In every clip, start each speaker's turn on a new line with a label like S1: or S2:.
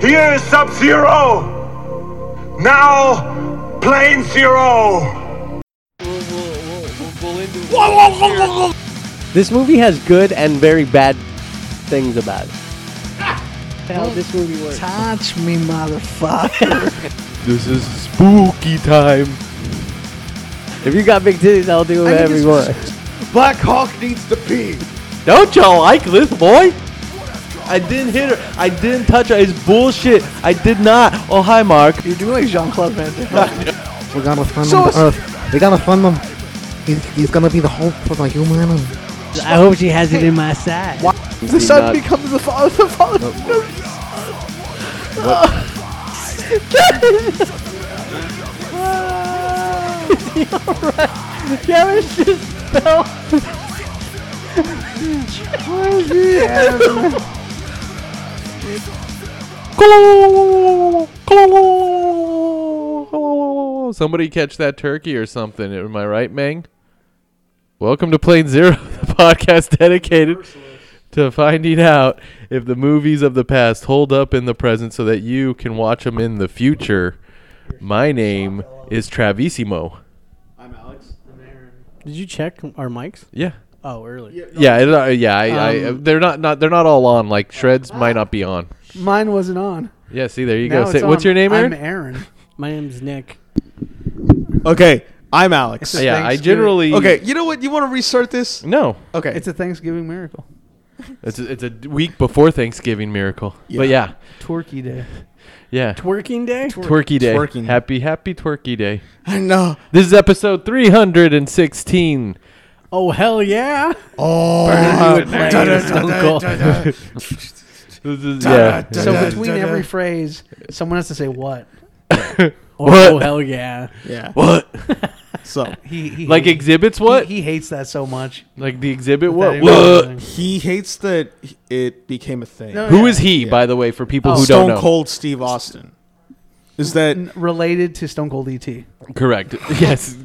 S1: Here, Sub Zero! Now, Plane Zero!
S2: We'll, we'll, we'll, we'll end it.
S3: This movie has good and very bad things about it. How this movie works.
S4: Touch me, motherfucker.
S5: This is spooky time.
S3: If you got big titties, I'll do whatever you want.
S5: Black Hawk needs to pee.
S3: Don't y'all like this boy?
S5: I didn't hit her. I didn't touch her. It's bullshit. I did not. Oh, hi, Mark.
S4: You're doing like Jean Claude Van Damme.
S6: We gotta fund
S4: So
S6: him
S4: is-
S6: to Earth. We gotta fund him. He's, he's gonna be the hope for the humanity.
S3: I hope she has it in my side.
S4: The son becomes the father. The father.
S3: Yeah, it's just
S5: Somebody catch that turkey or something. Am I right, Meng? Welcome to Plane Zero, the podcast dedicated to finding out if the movies of the past hold up in the present so that you can watch them in the future. My name is Travisimo.
S3: Did you check our mics?
S5: Yeah.
S3: Oh, early.
S5: Yeah, it, uh, yeah. I, I, they're not, not they're not all on. Like shreds might not be on.
S4: Mine wasn't on.
S5: Yeah, see, there you
S4: Now
S5: go.
S4: it's
S5: Say, what's
S4: on.
S5: your name, Aaron?
S4: I'm Aaron.
S3: My name's Nick.
S7: Okay, I'm Alex.
S4: It's a
S5: yeah, I
S4: Thanksgiving-
S5: generally.
S7: Okay, Uh, you know what? You want to restart this?
S5: No,
S7: Okay.
S4: It's a Thanksgiving miracle.
S5: it's a, it's a week before Thanksgiving miracle. But yeah,
S4: Turkey Day.
S5: yeah.
S3: Twerking day?
S5: Twerky day.
S7: Twerking.
S5: Happy, happy twerky day.
S7: I know.
S5: This is episode 316.
S3: Oh, hell yeah.
S7: Oh,
S5: This is, yeah.
S4: So
S7: Da-da,
S4: between
S7: da-da.
S4: every phrase, someone has to say what.
S3: Oh,
S5: What?
S3: hell yeah.
S7: yeah.
S5: What?
S7: So
S4: He, he
S5: Like
S4: hates,
S5: exhibits what?
S4: He, he hates that so much.
S5: Like the exhibit
S4: That
S5: what?
S4: he-
S5: What?
S7: he hates that it became a thing.
S4: No,
S5: Who
S4: yeah.
S5: is he,
S7: Yeah. Oh,
S5: by the way, for people who
S7: Stone
S5: don't know?
S7: Cold Steve Austin. Is that
S4: N- related to Stone Cold E ET?
S5: Correct. Yes.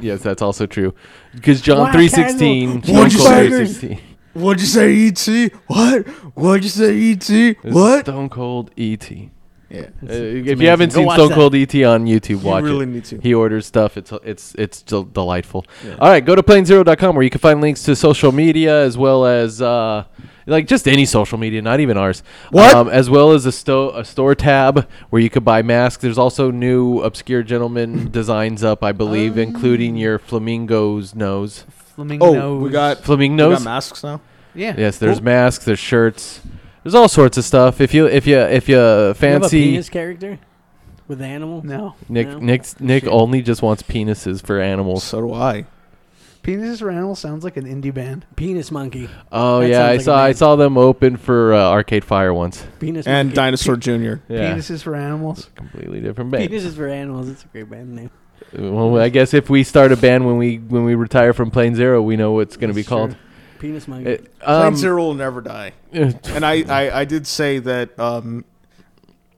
S5: Yes, that's also true. Because John
S3: Why
S5: 316.
S3: can't
S5: Stone
S7: What'd you
S5: Cold
S7: say?
S5: 316.
S7: what'd you say? E.T. What? What'd you say? E.T.
S5: This is Stone Cold E E.T.
S7: Yeah.
S5: Uh, if you haven't
S3: Go
S5: seen
S3: watch
S5: Stone
S3: that.
S5: Cold ET on YouTube,
S7: You
S5: watch
S7: really
S5: it.
S7: need to.
S5: He orders stuff. It's it's it's del- delightful. All right, go to planezero.com where you can find links to social media as well as uh, like just any social media, not even ours. Um,
S7: What?
S5: as well as a, sto- a store tab where you could buy masks. There's also new obscure gentleman designs up, I believe, including your flamingo's nose.
S4: Flamingo.
S7: Oh, we got We
S5: Flamingos?
S7: got masks now.
S4: yeah.
S5: Yes, there's masks, there's shirts. There's all sorts of stuff. If you if you if you
S3: You have a
S5: fancy
S3: penis character? With animal?
S4: No
S5: Nick
S3: No?
S5: Nick's, Nick only just wants penises for animals.
S7: So do I.
S4: penises for animals sounds like an indie band.
S3: Penis monkey.
S5: Oh
S3: That sounds
S5: yeah, I
S3: like a
S5: saw I
S3: man.
S5: saw them open for uh, Arcade Fire once.
S3: Penis
S7: And
S3: monkey.
S7: Dinosaur Jr.
S5: Yeah,
S4: Penises for animals.
S5: completely different band.
S3: Penis is for animals. It's a great band name.
S5: Well, I guess if we start a band when we when we retire from Plane Zero, we know what it's going to be
S4: That's true.
S5: called.
S3: Penis monkey.
S5: It- um,
S7: Plane Zero will never die. And I, I, I did say that um,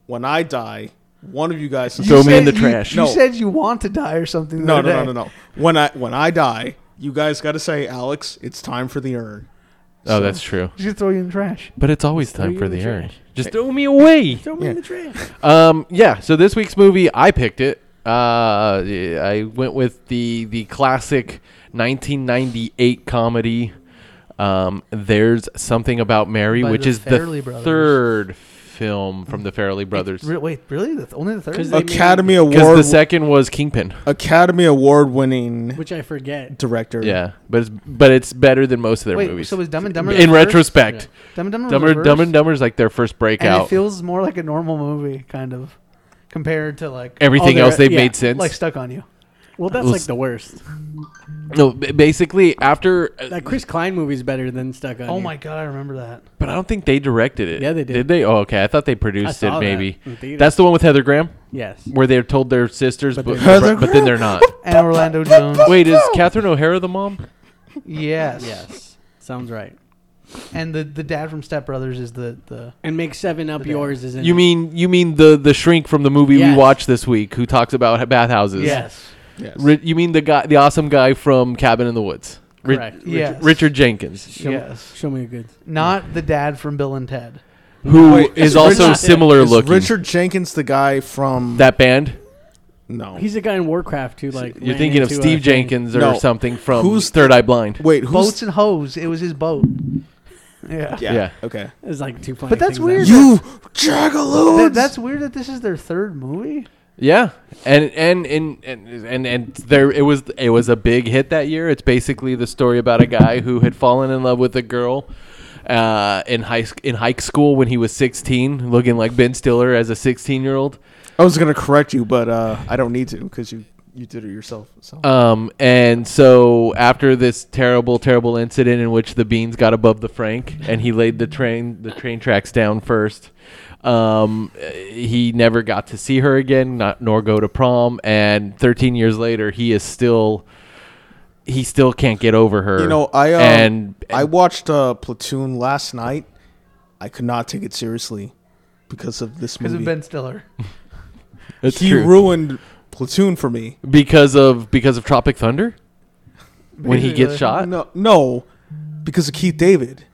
S7: when I die, one of you guys
S5: Throw
S4: You
S5: me in
S4: said
S5: the
S4: you-
S5: trash.
S4: You,
S7: No.
S4: said you want to die or something. the
S7: No,
S4: other
S7: no, no,
S4: day.
S7: no, no. When I when I die, you guys got to say, Alex, it's time for the urn.
S5: oh, that's true.
S4: She could throw you in the trash.
S5: But it's always time
S3: you
S5: for
S3: in
S5: the
S3: the
S5: urn.
S3: trash.
S5: Just throw me away.
S3: Throw me in the trash.
S5: Um, yeah. So this week's movie, I picked it. Uh, I went with the the classic 1998 comedy. Um, there's something about Mary,
S4: By
S5: which
S4: the
S5: is the
S4: Farrelly Brothers.
S5: third film from the Farrelly Brothers.
S4: Re- wait, really? The th- only the third?
S3: 'Cause
S4: one?
S3: they-
S7: Academy
S5: Because
S7: Award
S5: the second was Kingpin.
S7: Academy Award winning
S3: Which I forget.
S7: director.
S5: Yeah, but it's but it's better than most of their
S4: wait,
S5: movies.
S4: so was Dumb and Dumber
S5: in
S4: the first?
S5: retrospect,
S4: Dumb and Dumber. was the
S5: Dumber
S4: first?
S5: Dumb and Dumber's like their first
S4: and
S5: breakout.
S4: it feels more like a normal movie, kind of, compared to like
S5: Everything
S3: Oh,
S5: else
S3: they're-
S5: they've
S3: yeah,
S5: made since.
S4: like Stuck on You.
S3: Well, that's
S5: Well,
S3: like
S5: s-
S3: the worst.
S5: no, b- basically after uh,
S3: That Chris Klein movie's better than Stuck on
S4: Oh
S3: You.
S4: my god, I remember that.
S5: But I don't think they directed it.
S3: Yeah, they did.
S5: Did they? Oh, okay. I thought they
S3: I
S5: produced
S3: saw
S5: it.
S3: that
S5: Maybe
S2: Mm.
S3: in theaters.
S5: that's the one with Heather Graham,
S3: yes.
S5: where they're told they're sisters, but
S3: But
S5: but,
S3: they're-
S7: Heather
S5: but then they're not.
S4: And Orlando Jones.
S5: Wait, is Catherine O'Hara the mom?
S4: Yes.
S3: Yes. Sounds right.
S4: And the, the dad from Step Brothers is the, the
S3: And make seven up
S4: The dad.
S3: yours is in.
S5: You
S3: it.
S5: mean you mean the the shrink from the movie
S3: Yes.
S5: we watched this week who talks about bathhouses?
S3: Yes.
S7: Yes.
S5: Ri- you mean the guy, the awesome guy from Cabin in the Woods? Ri-
S3: Correct.
S4: yes.
S5: Richard Jenkins.
S3: Show me-
S4: Yes.
S3: Show me a good.
S4: Not the dad from Bill and Ted.
S5: who is
S7: Wait, is
S5: also
S7: Richard-
S5: similar
S7: Is
S5: looking.
S7: Richard Jenkins the guy from
S5: that band?
S7: No.
S4: He's a guy in Warcraft who like
S5: You're
S4: ran
S5: thinking of
S4: into a
S5: Steve
S4: thing.
S5: Jenkins or
S7: No.
S5: something from
S7: Who's-
S5: Third Eye Blind.
S7: Wait, who's
S4: Boats and hose. It was his boat. Yeah.
S7: yeah,
S5: Yeah.
S7: Okay.
S4: It was like two funny.
S3: But that's
S4: things
S3: weird.
S4: that-
S3: You
S7: Jagaloons.
S4: That- that's weird that this is their third movie.
S5: Yeah, and and and and and, and there it was it was a big hit that year. It's basically the story about a guy who had fallen in love with a girl uh, in high sc- in high school when he was 16, looking like Ben Stiller as a 16 year old.
S7: I was gonna correct you, but uh, I don't need to because you you did it yourself. So
S5: Um, and so after this terrible, terrible incident in which the beans got above the Frank and he laid the train, the train tracks down first, um, uh, he never got to see her again, not nor go to prom. And 13 years later, he is still, he still can't get over her.
S7: you know, I um,
S5: and
S7: I watched uh, Platoon last night. I could not take it seriously because of this
S4: Because
S7: movie.
S4: of Ben Stiller.
S5: it's
S7: he
S5: true.
S7: ruined Platoon for me.
S5: because of because of Tropic Thunder when he
S4: Basically.
S5: gets shot.
S7: No, no, because of Keith David.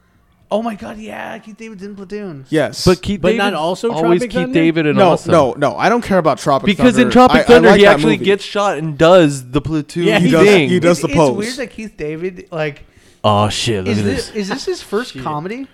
S4: Oh my god, yeah, Keith David's in Platoon.
S7: Yes,
S5: But Keith
S2: But
S5: David
S2: not also
S5: always Keith
S2: Tropic Thunder?
S5: David and
S7: no,
S5: awesome.
S7: no, no. I don't care about Tropic
S5: Because
S7: Thunder.
S5: in Tropic
S7: I- I
S5: Thunder,
S7: like
S5: he
S7: that
S5: actually
S7: movie.
S5: gets shot and does the platoon
S2: Yeah,
S5: thing.
S2: he does-
S7: he does- That's the
S4: it's
S7: pose.
S4: weird that Keith David like
S5: Oh shit! Look
S4: is
S5: at
S4: this,
S5: this.
S4: is this his first comedy?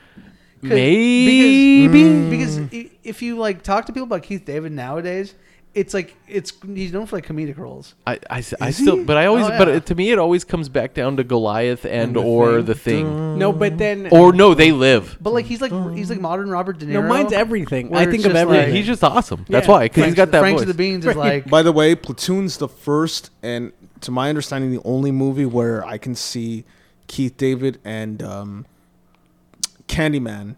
S4: 'Cause-
S5: Maybe.
S4: because, because i- if you like talk to people about Keith David nowadays, it's like it's he's known for like comedic roles.
S5: I, I, s- I still, but I always,
S4: Oh,
S5: but
S4: yeah.
S5: it, to me, it always comes back down to Goliath and, or the thing,
S2: No, but then
S5: or no, they live.
S4: But like he's like he's like modern Robert De Niro.
S2: no, mine's everything.
S4: Where
S2: I
S4: it's
S2: think of
S4: just
S2: everything.
S4: like-
S5: He's just awesome. That's
S2: Yeah.
S5: why, because he's
S4: Frank's-
S5: got that
S4: Frank's
S5: voice.
S4: to the Beans is like
S7: By the way, Platoon's the first and, to my understanding, the only movie where I can see Keith David and um, Candyman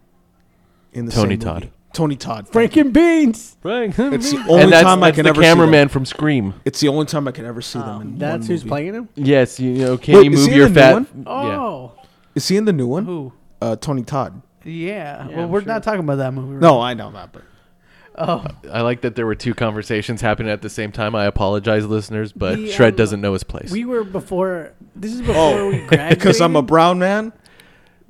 S7: in the
S5: Tony
S7: same
S5: Todd.
S7: movie. Tony Todd.
S2: Franken Beans.
S7: It's the only
S5: and that's,
S7: time I
S5: that's
S7: can
S5: the
S7: ever see
S5: cameraman from Scream.
S7: It's the only time I can ever see them. In
S2: Um, That's
S7: one
S2: who's
S7: movie.
S2: playing him.
S5: Yes, you know, can
S7: Wait,
S5: you
S7: is
S5: move
S7: he in
S5: your
S7: the new
S5: fat?
S7: one?
S5: Yeah.
S2: Oh,
S7: Is he in the new one?
S4: who?
S7: Uh, Tony Todd.
S4: Yeah.
S2: Yeah,
S4: well,
S2: I'm
S4: we're
S2: sure.
S4: not talking about that movie. right
S7: No, I know that, but
S4: Oh,
S5: I like that there were two conversations happening at the same time. I apologize, listeners, but
S2: The,
S5: Shred
S2: um,
S5: doesn't know his place.
S2: we were before. This is before
S7: Oh,
S2: we graduated.
S7: because I'm a brown man.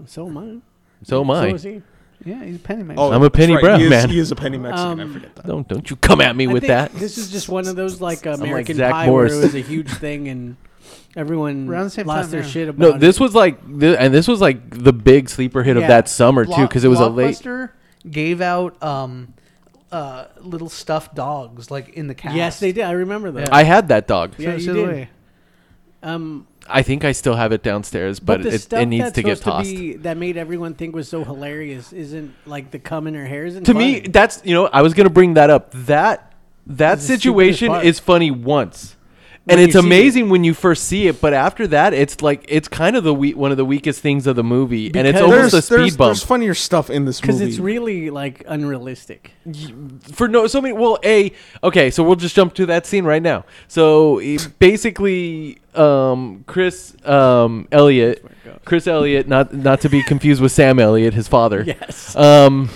S2: so am I.
S5: so am I.
S2: So is he.
S4: yeah, he's a penny man.
S7: Oh,
S5: I'm a penny
S7: that's
S5: brown
S7: he is,
S5: man.
S7: He is a penny Mexican.
S2: Um,
S7: I forget that.
S5: Don't don't you come at me
S2: I
S5: with
S2: think
S5: that.
S2: This is just one of those like American
S5: Zach
S2: Pie
S5: Morris.
S2: where it was a huge thing and everyone
S4: Around the same
S2: lost
S4: time,
S2: their
S4: yeah.
S2: shit about
S5: No,
S2: it.
S5: this was like, th- and this was like the big sleeper hit of
S2: Yeah.
S5: that summer too, because it was a late.
S4: Blockbuster gave out um, uh, little stuffed dogs like in the cast.
S2: Yes, they did. I remember that.
S5: I had that dog.
S4: So,
S2: Yeah, you
S4: so
S2: did.
S4: they-
S2: um,
S5: I think I still have it downstairs, but,
S2: the
S5: it,
S2: stuff
S5: it needs
S2: that's
S5: to get
S2: supposed
S5: tossed.
S2: be, that made everyone think was so hilarious isn't like the cum in her hair isn't
S5: to me,
S2: funny.
S5: that's you know, I was gonna bring that up. That that
S2: It's the
S5: situation
S2: stupidest part.
S5: is funny once. And
S2: When
S5: it's
S2: you see it.
S5: amazing when you first see it, but after that, it's like it's kind of the we- one of the weakest things of the movie, and it's
S2: Because-
S5: almost a
S7: there's,
S5: speed
S7: there's,
S5: bump.
S7: there's funnier stuff in this
S2: because
S7: movie.
S2: it's really like unrealistic.
S5: for no so many well a okay so we'll just jump to that scene right now so e- basically um chris um elliot
S2: Oh
S5: chris elliot not not to be confused with sam elliot his father
S2: Yes.
S5: um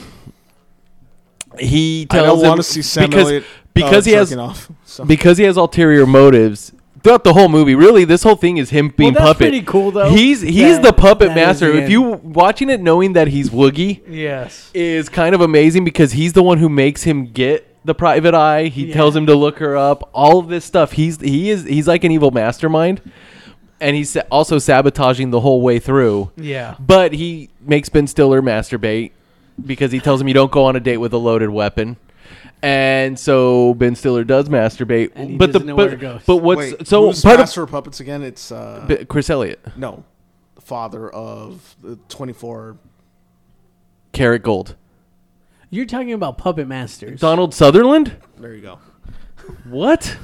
S5: he
S7: I
S5: tells
S7: don't
S5: him
S7: want to see Sam
S5: because
S7: Elliott,
S5: because
S7: uh,
S5: he has
S7: jerking off. So-
S5: because he has ulterior motives throughout the whole movie. Really, this whole thing is him being
S2: that's
S5: puppet.
S2: pretty cool, though.
S5: He's he's
S2: That-
S5: the puppet
S2: that is
S5: master.
S2: the
S5: If
S2: end.
S5: you watching it knowing that he's Woogie,
S4: Yes.
S5: is kind of amazing because he's the one who makes him get the private eye. He
S2: Yeah.
S5: tells him to look her up. All of this stuff. He's he is he's like an evil mastermind, and he's sa- also sabotaging the whole way through.
S4: Yeah.
S5: But he makes Ben Stiller masturbate because he tells him you don't go on a date with a loaded weapon. And so Ben Stiller does masturbate,
S2: And he
S5: but the
S2: doesn't know
S5: but,
S2: where it goes.
S5: but what's
S7: Wait,
S5: so
S7: who's
S5: part of
S7: Master of Puppets again? It's uh,
S5: B- Chris Elliott,
S7: no, the father of the twenty four.
S5: Carrot Gold,
S2: You're talking about puppet masters.
S5: Donald Sutherland.
S7: There you go.
S5: What?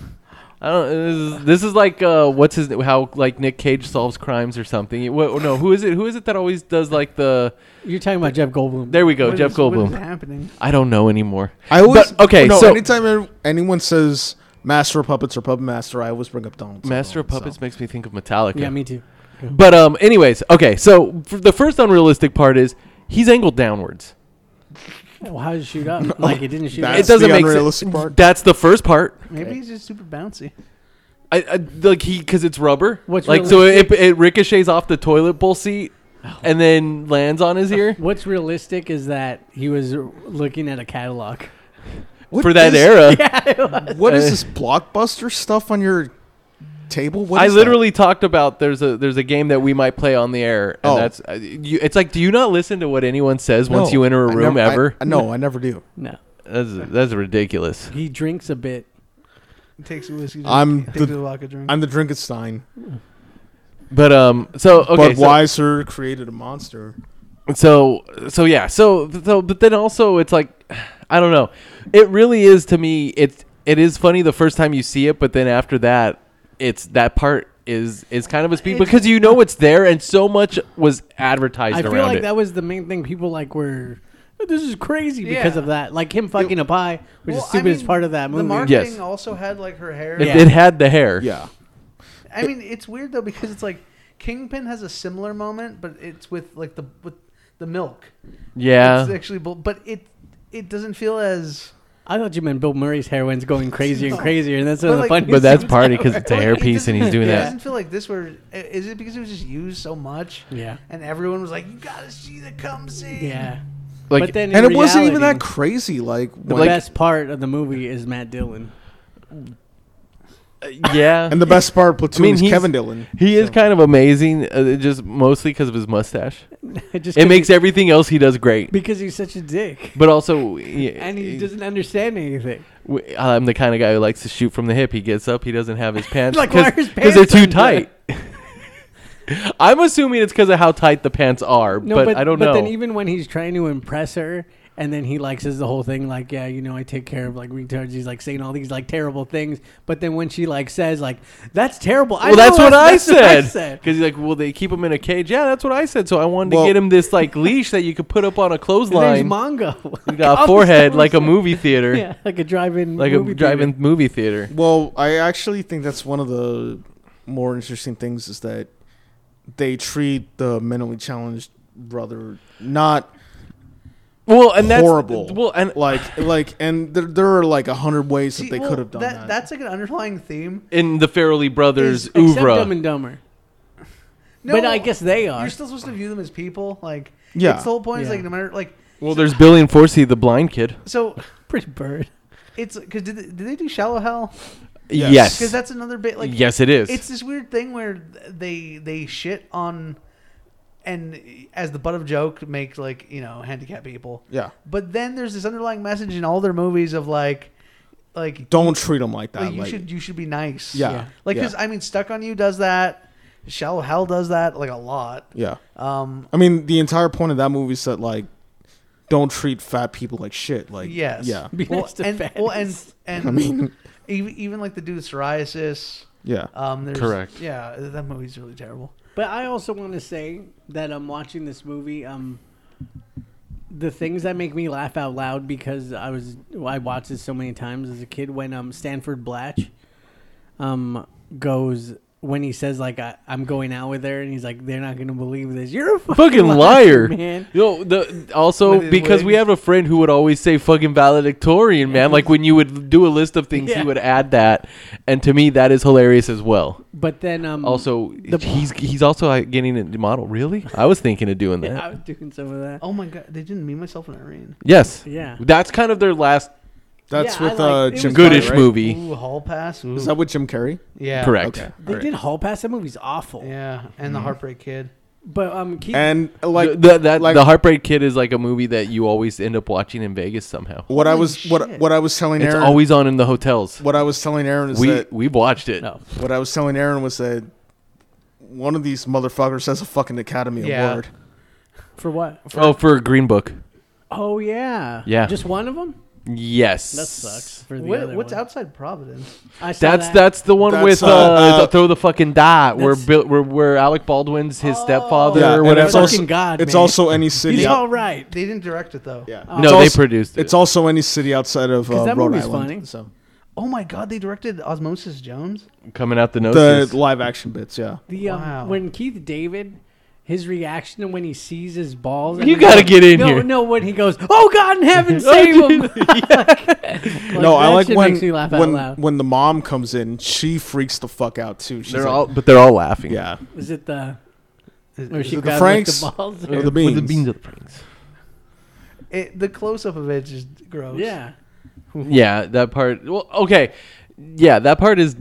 S5: I don't. This is, this is like uh, what's his how like Nick Cage solves crimes or something. What, no, who is it? Who is it that always does like the?
S2: You're talking about Jeff Goldblum.
S5: There we go,
S4: What
S5: Oh, Jeff
S4: is- What is
S5: Goldblum.
S4: happening?
S5: I don't know anymore.
S7: I always
S5: But, okay,
S7: No,
S5: so-
S7: anytime any- anyone says Master of Puppets or Puppet Master, I always bring up Donald.
S5: Master of
S7: Sutherland,
S5: Puppets
S7: so.
S5: makes me think of Metallica.
S2: yeah, me too.
S5: But um, anyways, okay. So f the first unrealistic part is he's angled downwards.
S2: Well, how did it shoot up? Like it didn't shoot
S7: That's
S2: up.
S5: it doesn't
S7: the
S5: make
S7: unrealistic
S5: sense.
S7: part?
S5: That's the first part.
S4: Maybe he's just super bouncy.
S5: I, I like he because it's rubber.
S2: What's
S5: like so it, it ricochets off the toilet bowl seat. and then lands on his ear
S2: What's realistic is that he was looking at a catalog.
S7: What
S5: for that
S7: is-
S5: era.
S7: What is this blockbuster stuff on your table? What
S5: I
S7: is that?
S5: literally talked about there's a there's a game that we might play on the air, and
S7: Oh.
S5: that's uh, you, it's like do you not listen to what anyone says once
S7: No,
S5: you enter a
S7: I
S5: room
S7: never- I-
S5: ever?
S7: I- no, I never do.
S2: No,
S5: that's that's ridiculous.
S2: he drinks a bit.
S4: Takes a whiskey. Drink,
S7: I'm
S4: takes
S7: the-
S4: a vodka drink.
S7: I'm the Drinkenstein.
S5: But um, so okay,
S7: but
S5: so-
S7: Weiser created a monster.
S5: so so yeah so so but then also it's like i don't know it really is to me it's it is funny the first time you see it but then after that it's that part is is kind of a speed because you know it's there and so much was advertised
S2: I
S5: around
S2: feel like
S5: it
S2: that was the main thing. People like were, this is crazy because
S4: Yeah.
S2: of that. Like him fucking a pie, which
S4: Well,
S2: is the stupidest
S4: I mean,
S2: part of that movie.
S4: The marketing
S5: Yes.
S4: also had like her hair.
S5: it,
S2: Yeah.
S5: it had the hair
S7: Yeah.
S4: I mean, it's weird though because it's like Kingpin has a similar moment, but it's with like the with the milk. It's
S5: yeah
S4: actually, bu- but it it doesn't feel as.
S2: I thought you meant Bill Murray's hair went going crazier and
S4: No.
S2: crazier, and that's
S4: But
S2: one of the
S4: like-
S2: funniest
S5: but that's
S2: things
S5: partly because
S2: ever.
S5: it's a hairpiece and he's doing
S4: It
S5: that
S4: doesn't feel like this. Where i- is it because it was just used so much?
S2: Yeah.
S4: And everyone was like, "You gotta see the cum scene."
S2: Yeah.
S5: like
S2: but then
S7: And
S2: in
S7: it wasn't even that
S2: reality,
S7: crazy. Like,
S2: The
S7: when-
S2: best part of the movie is Matt Dillon.
S5: yeah
S7: and the best part of Platoon
S5: I mean,
S7: is
S5: he's-
S7: Kevin Dillon.
S5: he is kind of amazing uh, just mostly because of his mustache
S2: It just
S5: it
S2: 'cause
S5: makes
S2: he-
S5: everything else he does great
S2: because he's such a dick,
S5: but also yeah,
S2: and he doesn't understand anything.
S5: W- I'm the kind of guy who likes to shoot from the hip. He gets up, he doesn't have his pants
S2: Like, why are his
S5: because they're
S2: pants
S5: too
S2: undone?
S5: tight. I'm assuming it's because of how tight the pants are, but, I don't know.
S2: then even when he's trying to impress her, and then he like says the whole thing like, yeah, you know, I take care of like retards. He's like saying all these like terrible things, but then when she like says like, that's terrible. I
S5: well, that's,
S2: know
S5: what, I
S2: that's
S5: said. Because he's like, well, they keep him in a cage. Yeah, that's what I said. So I wanted
S7: Well-
S5: to get him this like leash that you could put up on a
S2: His name's
S5: clothesline,
S2: Mongo.
S5: He got
S2: All
S5: a
S2: this
S5: forehead
S2: stuff
S5: like a
S2: was-
S5: movie theater,
S2: Yeah, like a drive-in.
S5: like
S2: movie
S5: a drive-in movie theater.
S7: Well, I actually think that's one of the more interesting things is that they treat the mentally challenged brother not
S5: Well, and that's
S7: horrible.
S5: Well, and
S7: like, like, and there, there are like a hundred ways
S4: See,
S7: that they
S4: well,
S7: could have done that.
S4: That's like an underlying theme.
S5: in the Farrelly brothers'
S2: theater. Except
S5: oeuvre.
S2: Dumb and Dumber. but I guess they are.
S4: you're still supposed to view them as people. Like,
S7: Yeah.
S4: It's the whole point is
S2: Yeah.
S4: like no matter like.
S5: well, there's Billy and Forsey, the blind kid.
S4: So
S2: Pretty bird.
S4: it's because did they, did they do Shallow Hell?
S7: Yes.
S5: Yes,
S4: Because that's another bit like
S5: yes, it is.
S4: it's this weird thing where th- they they shit on and as the butt of joke make like you know handicap people
S7: yeah.
S4: but then there's this underlying message in all their movies of like like,
S7: Don't treat them like that.
S4: like, you
S7: like-
S4: should you should be nice
S7: Yeah. Yeah.
S4: like
S7: Yeah.
S4: because i mean stuck on you does that shallow hell does that like a lot
S7: yeah.
S4: um
S7: I mean, the entire point of that movie is that like, don't treat fat people like shit. Like,
S4: yes
S7: yeah,
S2: Be
S4: well,
S2: nice to
S4: and, well and and
S7: I mean-
S4: even, even like the dude with psoriasis
S7: yeah.
S2: Uh,
S4: um there's,
S5: Correct.
S4: yeah that movie's really terrible
S2: But I also want to say that I'm watching this movie. Um, the things that make me laugh out loud because I was I watched it so many times as a kid when um Stanford Blatch, um goes when he says like I, I'm going out with her and he's like they're not gonna believe this you're a fucking,
S5: fucking liar,
S2: man
S5: You know, the, also
S4: With his
S5: because we
S4: wig.
S5: have a friend who would always say "fucking valedictorian," man. Like when you would do a list of things,
S2: Yeah.
S5: he would add that, and to me, that is hilarious as well.
S2: but then um
S5: Also,
S2: The-
S5: he's he's also uh, getting a model. Really, I was thinking of doing that.
S2: yeah, I was doing some of that
S4: oh my god they didn't meet myself and irene
S5: Yes,
S2: Yeah.
S5: that's kind of their last
S7: That's
S2: yeah, I
S7: with
S2: like-
S7: uh,
S2: it
S7: Jim
S2: was
S7: Carrey,
S5: goodish
S7: right?
S5: movie.
S4: Ooh, hall pass. Ooh.
S7: Is that with Jim Carrey?
S4: yeah.
S5: Correct.
S7: Okay.
S2: they did Hall Pass that movie's awful
S4: Yeah, and
S7: Mm-hmm.
S4: the Heartbreak Kid.
S2: but um Keith,
S7: And
S5: Like
S7: like
S5: the, that,
S7: like-
S5: the Heartbreak Kid is like a movie that you always end up watching in Vegas somehow.
S7: what I was
S4: shit.
S7: what what I was telling
S5: It's
S7: Aaron.
S5: always on in the hotels.
S7: what I was telling Aaron is
S5: We
S7: that
S5: we've watched it.
S2: no
S7: what I was telling Aaron was that one of these motherfuckers has a fucking Academy
S4: Yeah.
S7: Award.
S2: for what
S5: Oh, for Green Book.
S2: oh yeah
S5: Yeah.
S2: just one of them
S5: Yes,
S2: that sucks for the
S4: What-
S2: other
S4: what's
S2: one.
S4: outside Providence?
S2: I saw
S5: That's
S2: that.
S5: that's the one
S7: That's,
S5: with uh,
S7: uh, uh,
S5: the throw the fucking dot where
S2: that's- Oh.
S5: Bill, where where Alec Baldwin's his stepfather
S7: Yeah,
S5: or
S7: and
S5: whatever.
S7: it's also
S2: Fucking God,
S7: it's
S2: man.
S7: also any city.
S2: He's
S7: out-
S2: all right.
S4: They didn't direct it though.
S7: yeah.
S5: no, they
S7: also-
S5: produced it.
S7: It's also any city outside of
S2: 'Cause
S7: uh,
S2: that
S7: Rhode
S2: movie's
S7: Island.
S2: funny.
S7: So
S4: Oh my God, they directed Osmosis Jones.
S5: coming out the
S7: the
S5: noses.
S7: live action bits, yeah.
S2: The um,
S4: Wow.
S2: when Keith David, his reaction to when he sees his balls.
S5: You gotta get in
S2: no,
S5: here. Oh,
S2: No, when he goes, "Oh God in heaven, save him!"
S7: no, I
S2: that
S7: like
S2: shit
S7: when
S2: makes me laugh out
S7: when
S2: loud.
S7: when the mom comes in, she freaks the fuck out too. She's
S5: they're
S7: like,
S5: all but they're all laughing.
S7: yeah.
S2: Is it the Where she
S7: the
S2: grabs
S7: Franks?
S2: like, the balls.
S7: Or the
S5: With the
S7: beans.
S5: beans of the Franks.
S4: It, the close up of it is gross.
S2: Yeah.
S5: Yeah, that part. Well, okay, yeah, that part is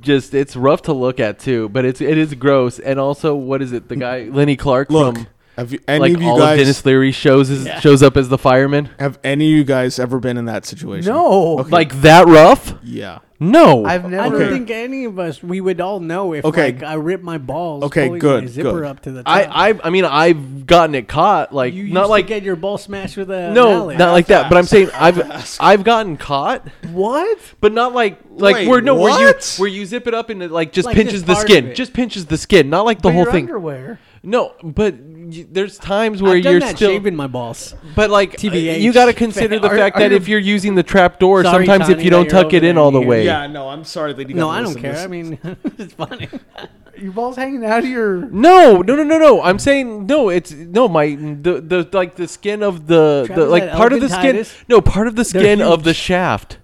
S5: just it's rough to look at too, but it's it is gross. And also, what is it? The guy Lenny Clark
S7: Look,
S5: from
S7: have you, any
S5: like
S7: of you
S5: all
S7: guys
S5: of Dennis Leary shows is,
S2: Yeah.
S5: shows up as the fireman.
S7: have any of you guys ever been in that situation?
S4: No.
S7: Okay.
S5: Like that rough?
S7: Yeah.
S5: No,
S4: I've
S2: I
S4: never.
S2: don't
S7: Okay.
S2: think any of us we would all know if
S7: Okay.
S2: like I ripped my balls
S7: Okay,
S2: pulling
S7: good,
S2: my zipper
S7: good.
S2: up to the top.
S5: I, I I mean I've gotten it caught like
S2: uh, you used
S5: not like
S2: to get your ball smashed with a
S5: no
S2: mallet.
S5: not like that, but I'm saying I've I've gotten caught.
S4: What?
S5: But not like like
S7: Wait,
S5: where no where you
S7: what?
S5: where you zip it up and it like just
S2: Like this
S5: pinches the
S2: part of
S5: skin,
S2: it.
S5: just pinches the skin, not like the
S4: But
S5: whole
S4: your
S5: thing.
S4: Underwear.
S5: No, but y- there's times where
S2: I've done
S5: you're
S2: that
S5: still
S2: shaving my balls.
S5: but like uh,
S2: TBH.
S5: you got to consider the
S2: Are-
S5: fact
S2: are
S5: that
S2: you-
S5: if you're using the trap door,
S2: Sorry,
S5: sometimes if
S2: Connie,
S5: you
S2: that
S5: don't
S2: you're
S5: tuck it
S2: over
S5: in
S2: there
S5: all the
S2: and
S5: way.
S7: Yeah, no, I'm sorry that you
S2: No,
S7: gotta
S2: I don't
S7: listen to
S2: care.
S7: this.
S2: I mean, it's funny.
S4: Your balls hanging out of your.
S5: No, no, no, no, no. I'm saying no. It's no my the the like the skin of the, the
S2: Travis
S5: like
S2: had
S5: part of the skin.
S2: elephantitis.
S5: No, part of the skin of
S2: huge.
S5: the shaft.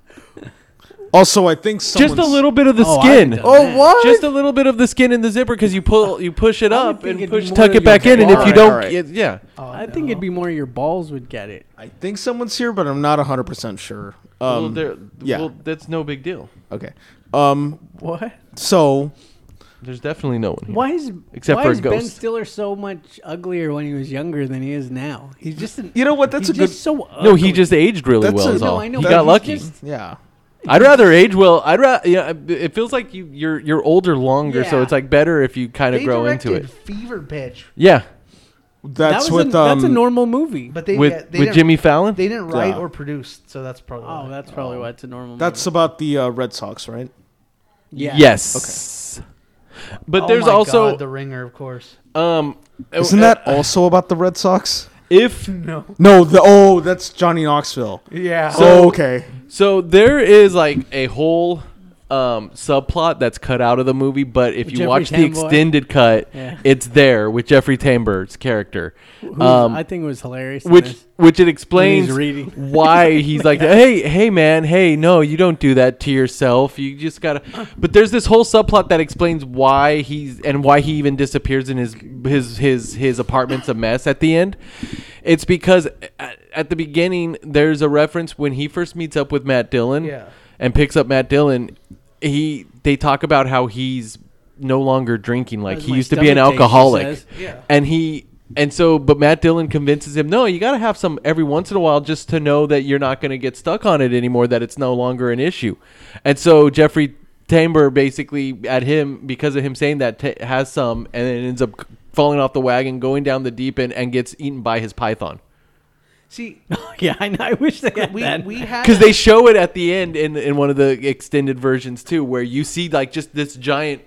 S7: also, I think someone's,
S5: Just a little bit of the
S2: Oh, I haven't
S5: skin.
S2: done Oh, that.
S4: what?
S5: Just a little bit of the skin in the zipper because you pull you push it up
S2: think
S5: and
S2: it'd
S5: push
S2: be more
S5: tuck
S2: of
S5: it back
S2: your Oh,
S5: in, and if you
S7: balls.
S5: don't,
S7: Alright,
S5: it- yeah.
S2: I think it'd be more your balls would get it.
S7: I think someone's here, but I'm not 100 percent sure.
S5: well,
S7: Um,
S5: there,
S7: yeah.
S5: well, that's no big deal.
S7: okay. Um,
S4: What?
S7: so
S5: There's definitely no one here.
S2: Why is
S5: Except
S2: why
S5: for a
S2: is Ben
S5: ghost.
S2: Stiller so much uglier when he was younger than he is now? He's just an,
S7: you know what? That's
S2: he's
S7: a good.
S2: just so
S5: No,
S2: ugly.
S5: he just aged really
S7: That's
S5: well.
S7: a-
S5: is
S7: No,
S5: all.
S2: I know,
S5: he
S2: but
S5: got
S2: he's
S5: lucky.
S2: just-
S7: yeah.
S5: I'd rather age well. I'd rather. Yeah, it feels like you you're you're older longer, so
S4: Yeah.
S5: it's like better if you kind of
S4: They
S5: grow into
S4: directed
S5: it.
S4: Fever Pitch,
S5: Yeah,
S2: That
S7: That's
S2: was
S7: with
S2: a,
S7: um.
S2: that's a normal movie.
S4: but they
S5: with
S4: yeah, they
S5: with
S4: didn't-
S5: Jimmy Fallon.
S4: They didn't write
S7: Yeah.
S4: or produce, so that's probably.
S2: oh, that's probably why it's a normal.
S7: that's
S2: movie.
S7: about the uh, Red Sox, right?
S2: yeah.
S5: Yes. But
S4: Oh
S5: there's
S4: my
S5: also
S4: God, the Ringer, of course.
S5: um.
S7: Isn't that also about the Red Sox?
S5: if
S4: No.
S7: No, the oh, that's Johnny Knoxville.
S4: Yeah.
S7: oh, okay.
S5: so? There is like a whole um subplot that's cut out of the movie, but if you
S2: Jeffrey
S5: watch the
S2: Tambor.
S5: extended cut,
S2: Yeah.
S5: it's there with Jeffrey Tambor's character.
S2: Who was-
S5: Um,
S2: I think it was hilarious. in
S5: which
S2: this.
S5: which it explains
S2: reading.
S5: why he's like hey hey man hey no you don't do that to yourself you just gotta but there's this whole subplot that explains why he's and why he even disappears and his his his his apartment's a mess at the end it's because at, at the beginning there's a reference when he first meets up with matt dillon
S4: Yeah.
S5: and picks up matt dillon he they talk about how he's no longer drinking like
S2: As
S5: he
S2: my
S5: used to be an
S2: stomach aches, he
S5: alcoholic
S2: says.
S4: Yeah.
S5: and he and so but Matt Dillon convinces him, no, you got to have some every once in a while just to know that you're not going to get stuck on it anymore, that it's no longer an issue. And so Jeffrey Tambor basically at him because of him saying that t- has some and then ends up falling off the wagon, going down the deep end, and gets eaten by his python.
S4: See,
S2: yeah, I know. I wish they had
S4: we
S2: that.
S4: we had
S5: Because they show it at the end in in one of the extended versions too, where you see like just this giant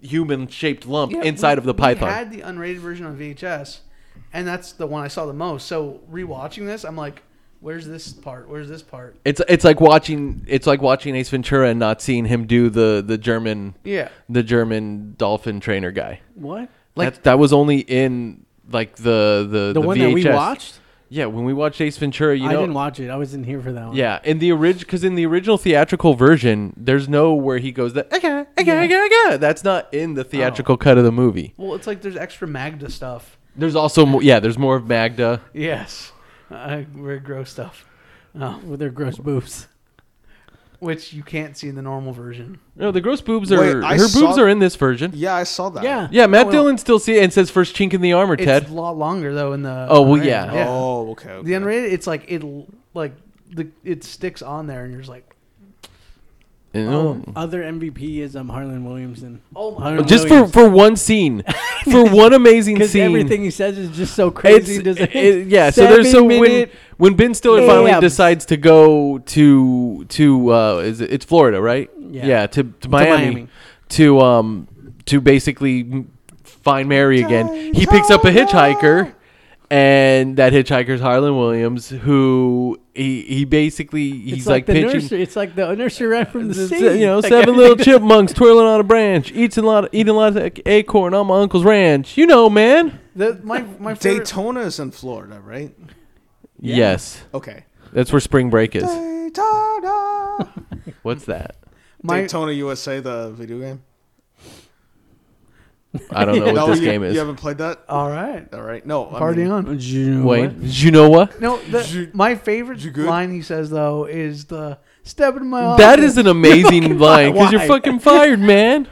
S5: human shaped lump
S4: Yeah,
S5: inside
S4: we-
S5: of the
S4: We
S5: python.
S4: had the unrated version on VHS, and that's the one I saw the most. So rewatching this, I'm like, where's this part? Where's this part?
S5: It's it's like watching it's like watching Ace Ventura and not seeing him do the the German
S4: Yeah.
S5: the German dolphin trainer guy.
S2: what
S5: Like that, that was only in like the the
S2: the, one that we
S5: VHS.
S2: watched?
S5: Yeah, when we watched Ace Ventura, you
S2: I
S5: know.
S2: didn't watch it. I wasn't here for that one.
S5: yeah, in the original because in the original theatrical version, there's no where he goes that okay okay okay okay. That's not in the theatrical cut of the movie.
S4: Well, it's like there's extra Magda stuff.
S5: There's also mo- yeah, there's more of Magda.
S4: Yes, uh, weird gross stuff, oh,
S2: with their gross boobs.
S4: which you can't see in the normal version.
S5: No, the gross boobs are
S7: Wait, I
S5: her boobs
S7: saw-
S5: are in this version.
S7: Yeah, I saw that.
S2: Yeah.
S5: Yeah, Matt
S4: Well-
S5: Dillon still see it and says first chink in the armor, Ted.
S4: It's a lot longer though in the.
S5: Oh, well,
S4: unrated.
S5: yeah.
S7: Oh, okay. okay.
S4: The unrated, it's like it l- like the it sticks on there, and you're just like,
S5: Oh.
S2: Other MVP is um, Harlan Williamson.
S4: oh my.
S2: Harlan
S4: God.
S5: just for,
S2: Williams.
S5: for one scene, for one amazing
S2: because
S5: scene.
S2: everything he says is just so
S5: it's,
S2: crazy. Does it-
S5: it- yeah. So there's so when
S2: seven-minute-
S5: when Ben Stiller finally
S2: abs.
S5: decides to go to to uh, is it, it's Florida, right?
S2: Yeah.
S5: to, to Miami,
S2: Miami.
S5: to um to basically find Mary again. He picks up a hitchhiker. And that hitchhiker's Harlan Williams, who he he basically he's
S2: it's like, the
S5: pitching.
S2: nursery. It's like the nursery rhyme from the
S5: It's, uh,
S2: sea.
S5: you know,
S2: Like,
S5: seven little chipmunks twirling on a branch, eating a lot, of, eating a lot of acorn on my uncle's ranch. You know, man.
S4: The, my my favorite,
S7: Daytona is in Florida, right?
S5: Yes,
S7: Okay.
S5: that's where spring break is.
S7: Daytona.
S5: What's that?
S4: my
S7: Daytona USA, the video game.
S5: I don't know Oh, what
S7: No,
S5: this
S7: you,
S5: game is.
S7: You haven't played that?
S4: All right.
S7: All right. No. I
S4: Party
S7: mean,
S4: on.
S5: Wayne, you know what?
S4: No, the,
S7: You-
S4: my favorite
S7: you good?
S4: line he says though is the step in my office.
S5: That is an amazing line because you're
S2: why?
S5: fucking fired, man.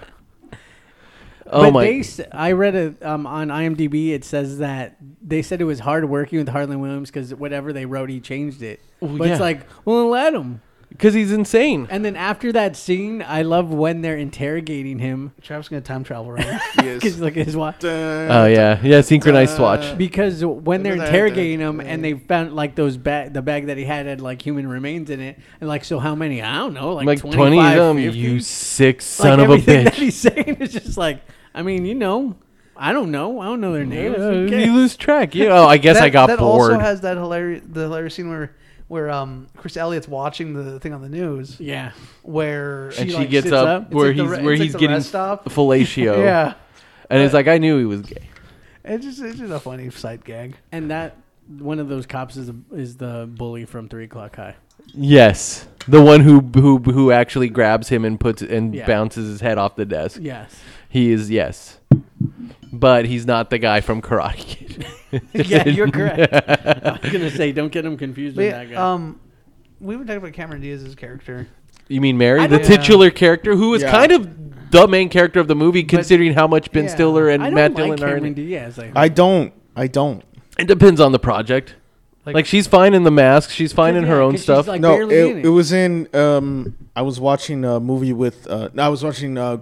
S5: Oh
S2: but
S5: my!
S2: They, s- I read it um, on IMDb. It says that they said it was hard working with Harlan Williams because whatever they wrote, he changed it.
S5: Well,
S2: but
S5: yeah.
S2: it's like, well, let him.
S5: Because he's insane.
S2: And then after that scene, I love when they're interrogating him
S4: Travis gonna time travel right now.
S2: because
S7: Yes.
S2: look at his watch.
S7: Uh,
S5: Oh yeah, yeah. Synchronized swatch.
S2: Because when they're
S5: uh,
S7: Remember that-
S2: interrogating him and they found like those bag, the bag that he had had like human remains in it, and like so how many? I don't know, like,
S5: Like twenty
S2: 25,
S5: of them.
S2: 50?
S5: You sick
S2: Like,
S5: son of a
S2: everything That
S5: bitch.
S2: he's saying is just like, I mean, you know, I don't know, I don't know their names. Who
S5: Yeah,
S2: cares?
S5: you lose track. Yeah. Oh, I guess
S4: that,
S5: I got
S4: that
S5: bored.
S4: also has that hilarious the hilarious scene where where um Chris Elliott's watching the thing on the news
S2: yeah,
S4: where
S5: and she
S4: like,
S5: gets
S4: sits
S5: up,
S4: It's
S5: where
S4: like the
S5: he's
S4: re-
S5: where
S4: it's like
S5: he's
S4: the
S5: getting
S4: rest stop.
S5: fellatio.
S4: Yeah,
S5: And it's like I knew he was gay.
S4: it's just it's just a funny sight gag.
S2: and that one of those cops is is the bully from Three O'clock High.
S5: Yes, the one who who who actually grabs him and puts and
S2: Yeah.
S5: bounces his head off the desk.
S2: Yes,
S5: He is yes, but he's not the guy from Karate Kid.
S2: yeah, you're correct. I was gonna say, don't get him confused
S4: But
S2: with
S4: yeah,
S2: that guy.
S4: um, we were talking about Cameron Diaz's character.
S5: You mean Mary,
S2: I
S5: the
S2: don't-
S5: titular character, who is
S7: Yeah.
S5: kind of the main character of the movie, considering how much Ben
S4: yeah.
S5: Stiller and
S2: I don't
S5: Matt
S2: like
S5: Dillon are. in
S2: Cameron
S5: it.
S2: Diaz. I,
S7: I don't. I don't.
S5: It depends on the project. Like,
S4: Like-
S5: she's fine in the mask. She's fine in
S2: Yeah,
S5: her own
S2: 'cause she's,
S5: stuff.
S2: like,
S7: no,
S2: barely in
S7: it,
S2: it.
S7: it was in. Um, I was watching a movie with. Uh, no, I was watching uh,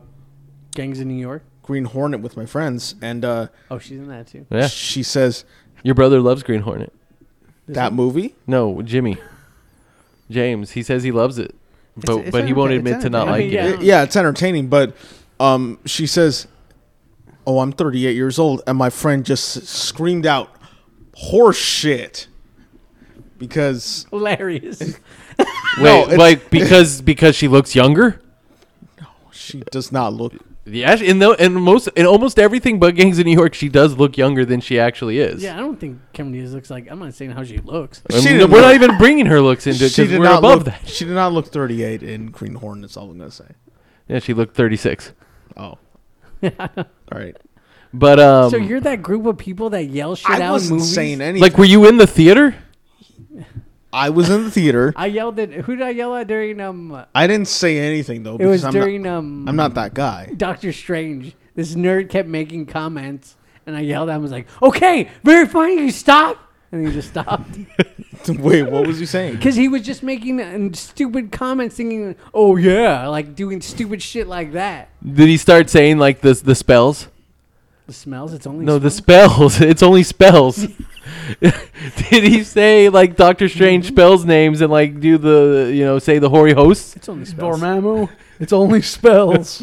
S2: Gangs in New York.
S7: Green Hornet with my friends, and uh,
S2: Oh, she's in that too.
S5: yeah,
S7: she says
S5: your brother loves Green Hornet.
S7: that movie.
S5: No, Jimmy, James. He says he loves it, but
S4: it's
S5: but he won't
S4: entertain-
S5: admit
S4: it's
S5: to not
S2: I mean,
S5: liking
S2: yeah.
S5: it.
S7: It- yeah, it's entertaining, but um, she says, "Oh, I'm 38 years old," and my friend just screamed out, "Horse shit!" Because
S2: Hilarious.
S5: Wait,
S7: it's-
S5: like because because she looks younger.
S7: she does not look.
S5: Yeah, in the in most in almost everything but Gangs in New York, she does look younger than she actually is.
S2: Yeah, I don't think Cameron Diaz looks like. I'm not saying how she looks.
S5: I mean,
S7: She didn't
S5: we're not
S7: look-
S5: even bringing her looks into it
S7: She
S5: because
S7: did
S5: we're
S7: not
S5: above
S7: look,
S5: that.
S7: She did not look 38 in Green Hornet. That's all I'm gonna say.
S5: Yeah, she looked 36.
S7: Oh, all right.
S5: But um,
S2: so you're that group of people that yell shit
S7: I
S2: out in
S7: wasn't
S2: movies.
S7: saying anything.
S5: like, were you in the theater?
S7: I was in the theater.
S2: I yelled at who did I yell at during um?
S7: I didn't say anything though.
S2: It was
S7: I'm
S2: during
S7: Not,
S2: um.
S7: I'm not that guy.
S2: Doctor Strange. This nerd kept making comments, and I yelled at him. I was like, "Okay, very funny. You stop." And he just stopped
S7: Wait, what was you saying?
S2: because he was just making um, stupid comments, thinking, "Oh yeah," like doing stupid shit like that.
S5: Did he start saying like the the spells?
S2: The smells. It's only
S5: No, the
S2: smells.
S5: spells. It's only spells. Did he say like Doctor Strange spells names and like do the you know say the hoary hosts?
S2: It's only smells.
S4: Dormammu. It's only spells.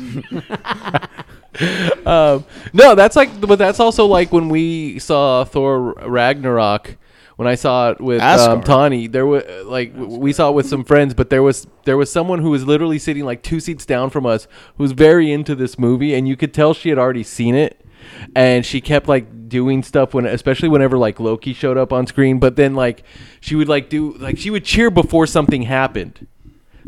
S5: um, no, that's like, but that's also like when we saw Thor Ragnarok. When I saw it with um,
S7: Asgard.
S5: Tawny, there was like w- we saw it with some friends, but there was there was someone who was literally sitting like two seats down from us, who was very into this movie, and you could tell she had already seen it, and she kept like doing stuff when, especially whenever like Loki showed up on screen, but then like she would like do like she would cheer before something happened.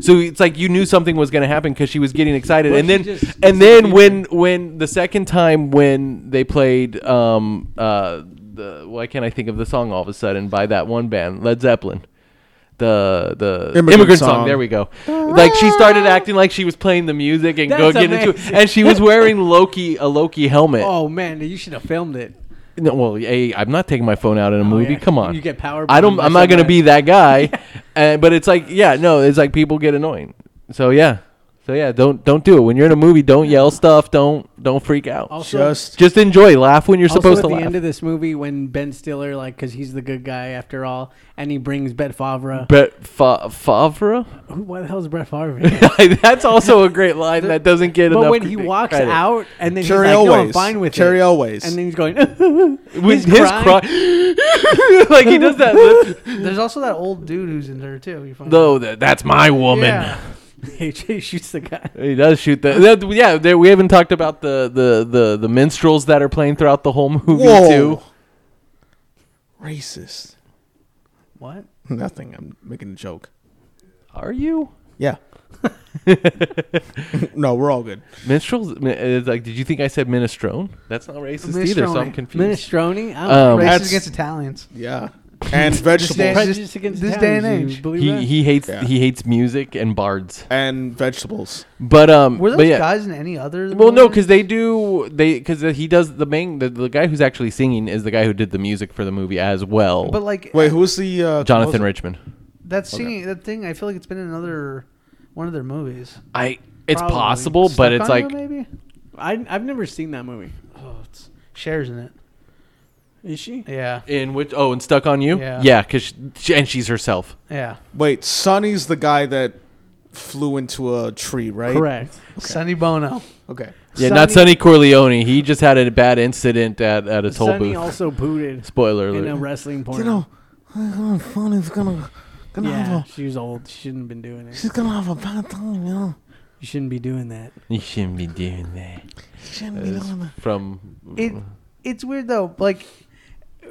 S5: So it's like you knew something was going to happen because she was getting excited,
S2: Well,
S5: and
S2: she
S5: then
S2: just-
S5: and then when when the second time when they played um uh the why can't I think of the song all of a sudden by that one band Led Zeppelin. The the immigrant,
S7: Immigrant
S5: song.
S7: Song.
S5: There we go. Like she started acting like she was playing the music and go
S2: That's
S5: get into it,
S2: amazing.
S5: and she was wearing Loki a Loki helmet.
S2: Oh man, you should have filmed it.
S5: No, well, hey, I'm not taking my phone out in a movie.
S2: Oh, yeah.
S5: Come on,
S2: You get power
S5: I don't.
S2: bombed by
S5: I'm not gonna
S2: somebody.
S5: be that guy. Uh, but it's like, yeah, no, it's like people get annoying. So yeah, so yeah, don't don't do it when you're in a movie. Don't yell stuff. Don't don't freak out.
S2: Also,
S7: Just
S5: Just enjoy. Laugh when you're supposed to
S2: also at the
S5: laugh.
S2: end of this movie when Ben Stiller, like, because he's the good guy after all, and he brings Brett Favre.
S5: Brett Fa- Favre.
S2: Who, what the hell is Brett Favre?
S5: That's also a great line that doesn't get
S2: but
S5: enough.
S2: when he walks
S5: credit.
S2: out and then
S7: Carrie
S2: he's like, no, I'm
S7: Elways.
S2: fine with
S7: Carrie
S2: it.
S7: Elways.
S2: And then he's going,
S5: with
S2: he's
S5: his
S2: crying.
S5: cry, like he does that.
S4: There's also that old dude who's in there too. You find
S5: No, that, that's my woman.
S4: Yeah.
S2: he shoots the guy.
S5: He does shoot the. that- yeah, there, we haven't talked about the, the, the, the minstrels that are playing throughout the whole movie
S7: whoa,
S5: too.
S7: racist.
S4: What?
S7: Nothing. I'm making a joke.
S5: Are you?
S7: Yeah. No, we're all good.
S5: Minstrels? mi- It's like, did you think I said minestrone? That's not racist either, so I'm
S4: Minestrone.
S5: confused.
S2: Minestrone. I'm
S5: Um,
S2: racist.
S4: Racist
S7: That's-
S4: against Italians.
S7: Yeah. And vegetables.
S4: This-
S2: prejudiced against
S4: this
S2: Italians,
S4: day and
S2: you
S4: age.
S2: believe
S5: He
S2: that?
S5: he hates
S7: Yeah.
S5: he hates music and bards.
S7: and vegetables.
S5: But um,
S4: Were those
S5: but yeah.
S4: guys in any other?
S5: Well, no,
S4: movie?
S5: because they do they because he does the main the, the guy who's actually singing is the guy who did the music for the movie as well.
S4: But like
S7: Wait, who was the uh,
S5: Jonathan
S7: composer?
S5: Richmond.
S4: that singing, that thing, I feel like it's been in another one of their movies.
S5: I it's
S4: Probably.
S5: possible, but it's
S4: Stefano,
S5: like
S4: maybe.
S2: I, I've never seen that movie.
S4: Oh, it's shares in it.
S2: Is she?
S4: Yeah,
S5: in which oh, and stuck on you.
S4: Yeah.
S5: yeah, because she, and she's herself.
S4: yeah.
S7: Wait, Sonny's the guy that flew into a tree, right?
S2: Correct.
S4: Sonny Bono.
S7: Okay.
S5: Yeah, not Sonny Corleone. He just had a bad incident at, at a toll
S2: Sonny
S5: booth.
S2: also booted
S5: Spoiler
S2: in a
S5: alert.
S2: wrestling porn.
S6: You know, Funny's gonna, gonna
S2: yeah,
S6: have
S2: she was old. She shouldn't have been doing
S6: a,
S2: it.
S6: she's gonna have a bad time, you know.
S2: You shouldn't be doing that.
S5: You shouldn't be doing that.
S6: She shouldn't
S5: Uh,
S6: be doing that.
S5: From
S4: It it's weird though. Like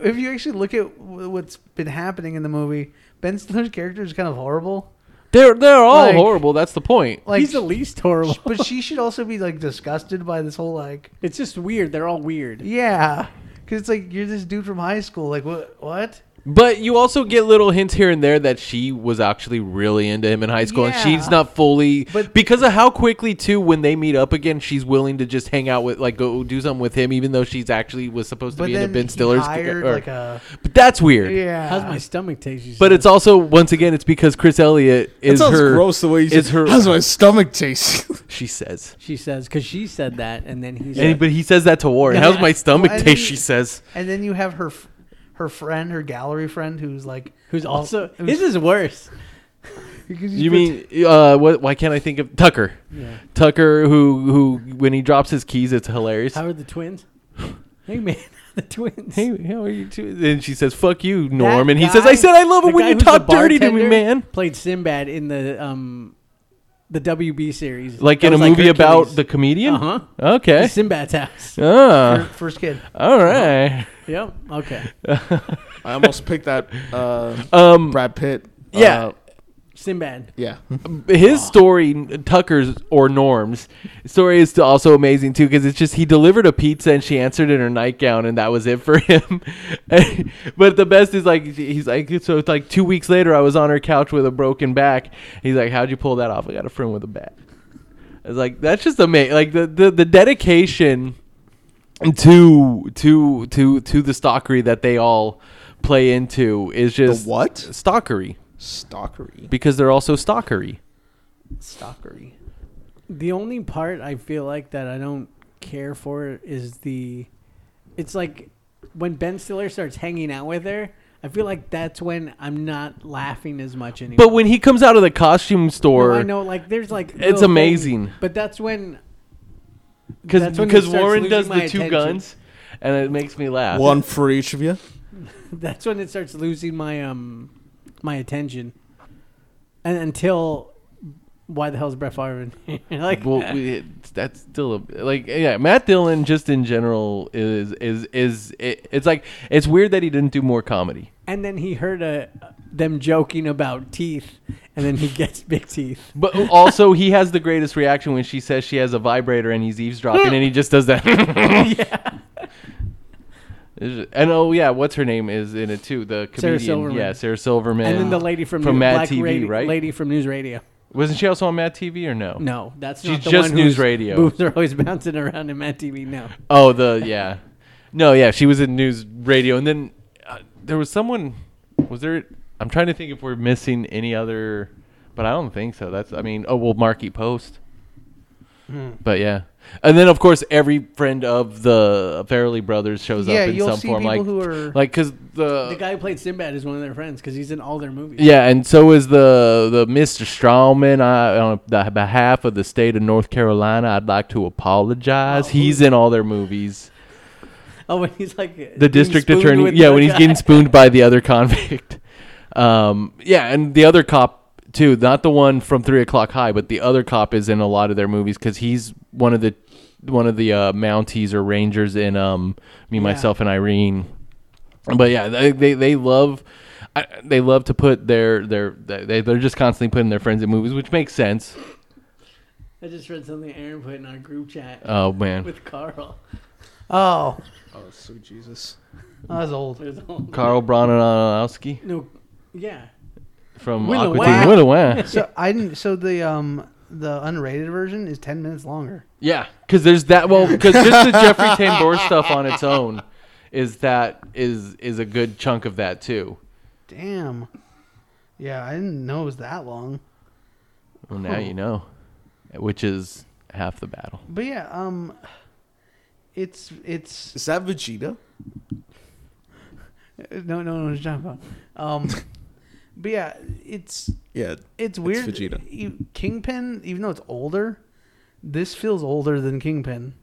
S4: if you actually look at wh- what's been happening in the movie, Ben Stiller's character is kind of horrible.
S5: they're they're all
S4: Like-
S5: horrible. That's the point.
S4: Like
S2: He's the least horrible.
S4: but she should also be like disgusted by this whole like
S2: It's just weird. They're all weird.
S4: yeah, because it's like you're this dude from high school. Like what what?
S5: But you also get little hints here and there that she was actually really into him in high school, and
S4: Yeah.
S5: she's not fully
S4: But-
S5: because of how quickly too when they meet up again, she's willing to just hang out with like go do something with him, even though she's actually was supposed to
S4: But
S5: be in a
S4: then
S5: Ben
S4: he
S5: Stiller's.
S4: hired
S5: or-
S4: like a
S5: but that's weird.
S4: yeah.
S2: How's my stomach taste? you
S5: Uh, But
S2: said?
S5: it's also once again it's because Chris Elliott
S7: It
S5: is
S7: sounds
S5: her.
S7: gross the way you
S5: is
S7: said,
S5: her-
S7: How's my stomach taste?
S5: She says.
S2: she says because she said that, and then he
S5: And,
S2: said,
S5: but he says that to Warren.
S4: Yeah.
S5: How's my stomach
S4: Well, and
S5: taste?
S4: then-
S5: She says.
S4: And then you have her, f- her friend, her gallery friend, who's like,
S2: "Who's
S5: Oh.
S4: all-
S2: also
S4: who's-
S2: this is worse."
S4: because he's
S5: You
S4: pret-
S5: mean uh, what? Why can't I think of Tucker?
S2: Yeah.
S5: Tucker, who who when he drops his keys, it's hilarious.
S2: How are the twins? Hey man, the twins.
S5: hey, how are you too? And she says, "Fuck you, Norm."
S2: That
S5: and he says,
S2: guy-
S5: "I said I love
S2: the
S5: it when
S2: guy
S5: you
S2: who's
S5: talk
S2: the
S5: dirty to me,
S2: bartender
S5: man."
S2: Played Sinbad in the um, the WB series,
S5: Like
S2: That
S5: in a
S2: was
S5: movie about
S2: Hercules.
S5: the Eh? comedian.
S2: Uh-huh.
S5: Okay.
S2: Sinbad's house.
S5: Ah,
S4: Her first kid.
S5: all right.
S2: yep. Okay.
S7: I almost picked that uh,
S5: Um,
S7: Brad Pitt.
S5: yeah.
S7: Uh,
S2: Sinbad.
S7: yeah.
S5: his story, Tucker's or Norm's story, is also amazing too because it's just he delivered a pizza and she answered in her nightgown and that was it for him. but the best is like he's like so it's like two weeks later I was on her couch with a broken back. He's like, "How'd you pull that off? I got a friend with a bat." It's like that's just amazing. Like the the, the dedication to to to to the stalkery that they all play into is just
S7: what?
S5: stalkery
S7: Stalkery.
S5: because they're also stalkery.
S4: Stalkery.
S2: The only part I feel like that I don't care for is the. It's like when Ben Stiller starts hanging out with her. I feel like that's when I'm not laughing as much anymore.
S5: But when he comes out of the costume
S2: No, I
S5: store,
S2: know, like there's like
S5: It's
S2: little things,
S5: amazing.
S2: but that's when
S5: because
S2: that's when it
S5: because
S2: starts
S5: Warren
S2: losing
S5: does
S2: my
S5: the two
S2: attention.
S5: guns, and it makes me laugh.
S7: One for each of you.
S2: that's when it starts losing my um my attention, and until why the hell is Brett Favre? in- like
S5: Well, we- it's- that's still a, like yeah. Matt Dillon, just in general, is is is it, it's like it's weird that he didn't do more comedy.
S2: And then he heard uh, them joking about teeth, and then he gets big teeth.
S5: But also, he has the greatest reaction when she says she has a vibrator and he's eavesdropping, and he just does that. yeah. And oh yeah, what's her name is in it too? The
S2: Sarah
S5: comedian,
S2: Silverman.
S5: yeah, Sarah Silverman.
S2: And then the lady from,
S5: From
S2: New-
S5: Mad
S2: Black
S5: TV,
S2: Radi-
S5: right?
S2: Lady from News Radio.
S5: wasn't she also on Mad TV or no?
S2: No, that's
S5: She's
S2: not the
S5: just
S2: one
S5: News
S2: whose
S5: Radio.
S2: Boobs are always bouncing around in Mad TV. No,
S5: Oh, the yeah, no, yeah. She was in news radio, and then uh, there was someone. Was there? I'm trying to think if we're missing any other, but I don't think so. That's. I mean, oh well, Marky Post.
S4: Hmm.
S5: But yeah, and then of course every friend of the Farrelly brothers shows
S4: Yeah,
S5: up in
S4: you'll
S5: some
S4: see
S5: form,
S4: people
S5: like
S4: who are-
S5: like because
S2: the guy who played Sinbad is one of their friends because he's in all their movies.
S5: Yeah, and so is the the Mr. Strawman. I, on the behalf of the state of North Carolina, I'd like to apologize. He's in all their movies.
S2: Oh, when he's like
S5: the district attorney. Yeah, when he's getting spooned by the other convict. Um, yeah, and the other cop too, not the one from Three O'clock High, but the other cop is in a lot of their movies because he's one of the one of the uh, Mounties or Rangers in um, Me, Myself, and Irene. But yeah, they they, they love. I, they love to put their their they they're just constantly putting their friends in movies, which makes sense.
S2: I just read something Aaron put in our group chat
S5: Oh man,
S2: with Carl.
S4: Oh,
S7: Oh, sweet Jesus.
S4: that was old.
S2: It was all-
S5: Carl Bronowski
S2: No, yeah.
S5: from
S2: Willow
S5: Aqua
S2: Wah.
S5: Teen Willow Wah.
S4: So I didn't. So the um the unrated version is ten minutes longer.
S5: Yeah, because there's that. Well, because just the Jeffrey Tambor stuff on its own is that is is a good chunk of that too.
S4: Damn. Yeah, I didn't know it was that long.
S5: Well, now you know, which is half the battle.
S4: But yeah, um, it's it's
S7: Is that Vegeta?
S4: no no no it's John Bond. Um, but yeah, it's
S7: Yeah.
S4: it's weird.
S7: Vegeta.
S4: You- Kingpin, even though it's older, this feels older than Kingpin.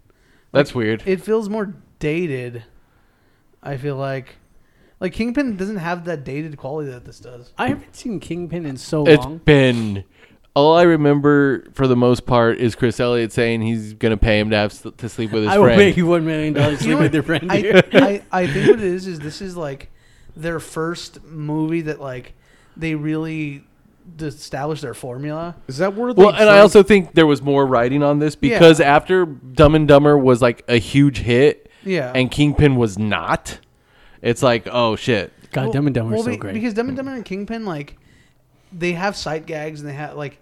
S5: That's weird.
S4: It feels more dated. I feel like, like Kingpin doesn't have that dated quality that this does.
S2: I haven't seen Kingpin in so
S5: It's
S2: long.
S5: been. All I remember for the most part is Chris Elliott saying he's gonna pay him to have s- to sleep with his
S2: I will
S5: friend.
S2: pay you one million dollars to
S4: You
S2: sleep
S4: know
S2: with
S4: what?
S2: your friend.
S4: I,
S2: here.
S4: I I think what it is is this is like their first movie that like they really established their formula.
S7: Is that where?
S5: Well,
S7: they
S5: and I
S7: first-
S5: also think there was more writing on this because after Dumb and Dumber was like a huge hit,
S4: Yeah.
S5: and Kingpin was not. It's like, oh shit,
S2: God,
S4: Well-
S2: Uh, Dumb and Dumber
S4: well,
S2: is so
S4: be-
S2: great.
S4: Because Dumb and Dumber and Kingpin like they have sight gags and they have like,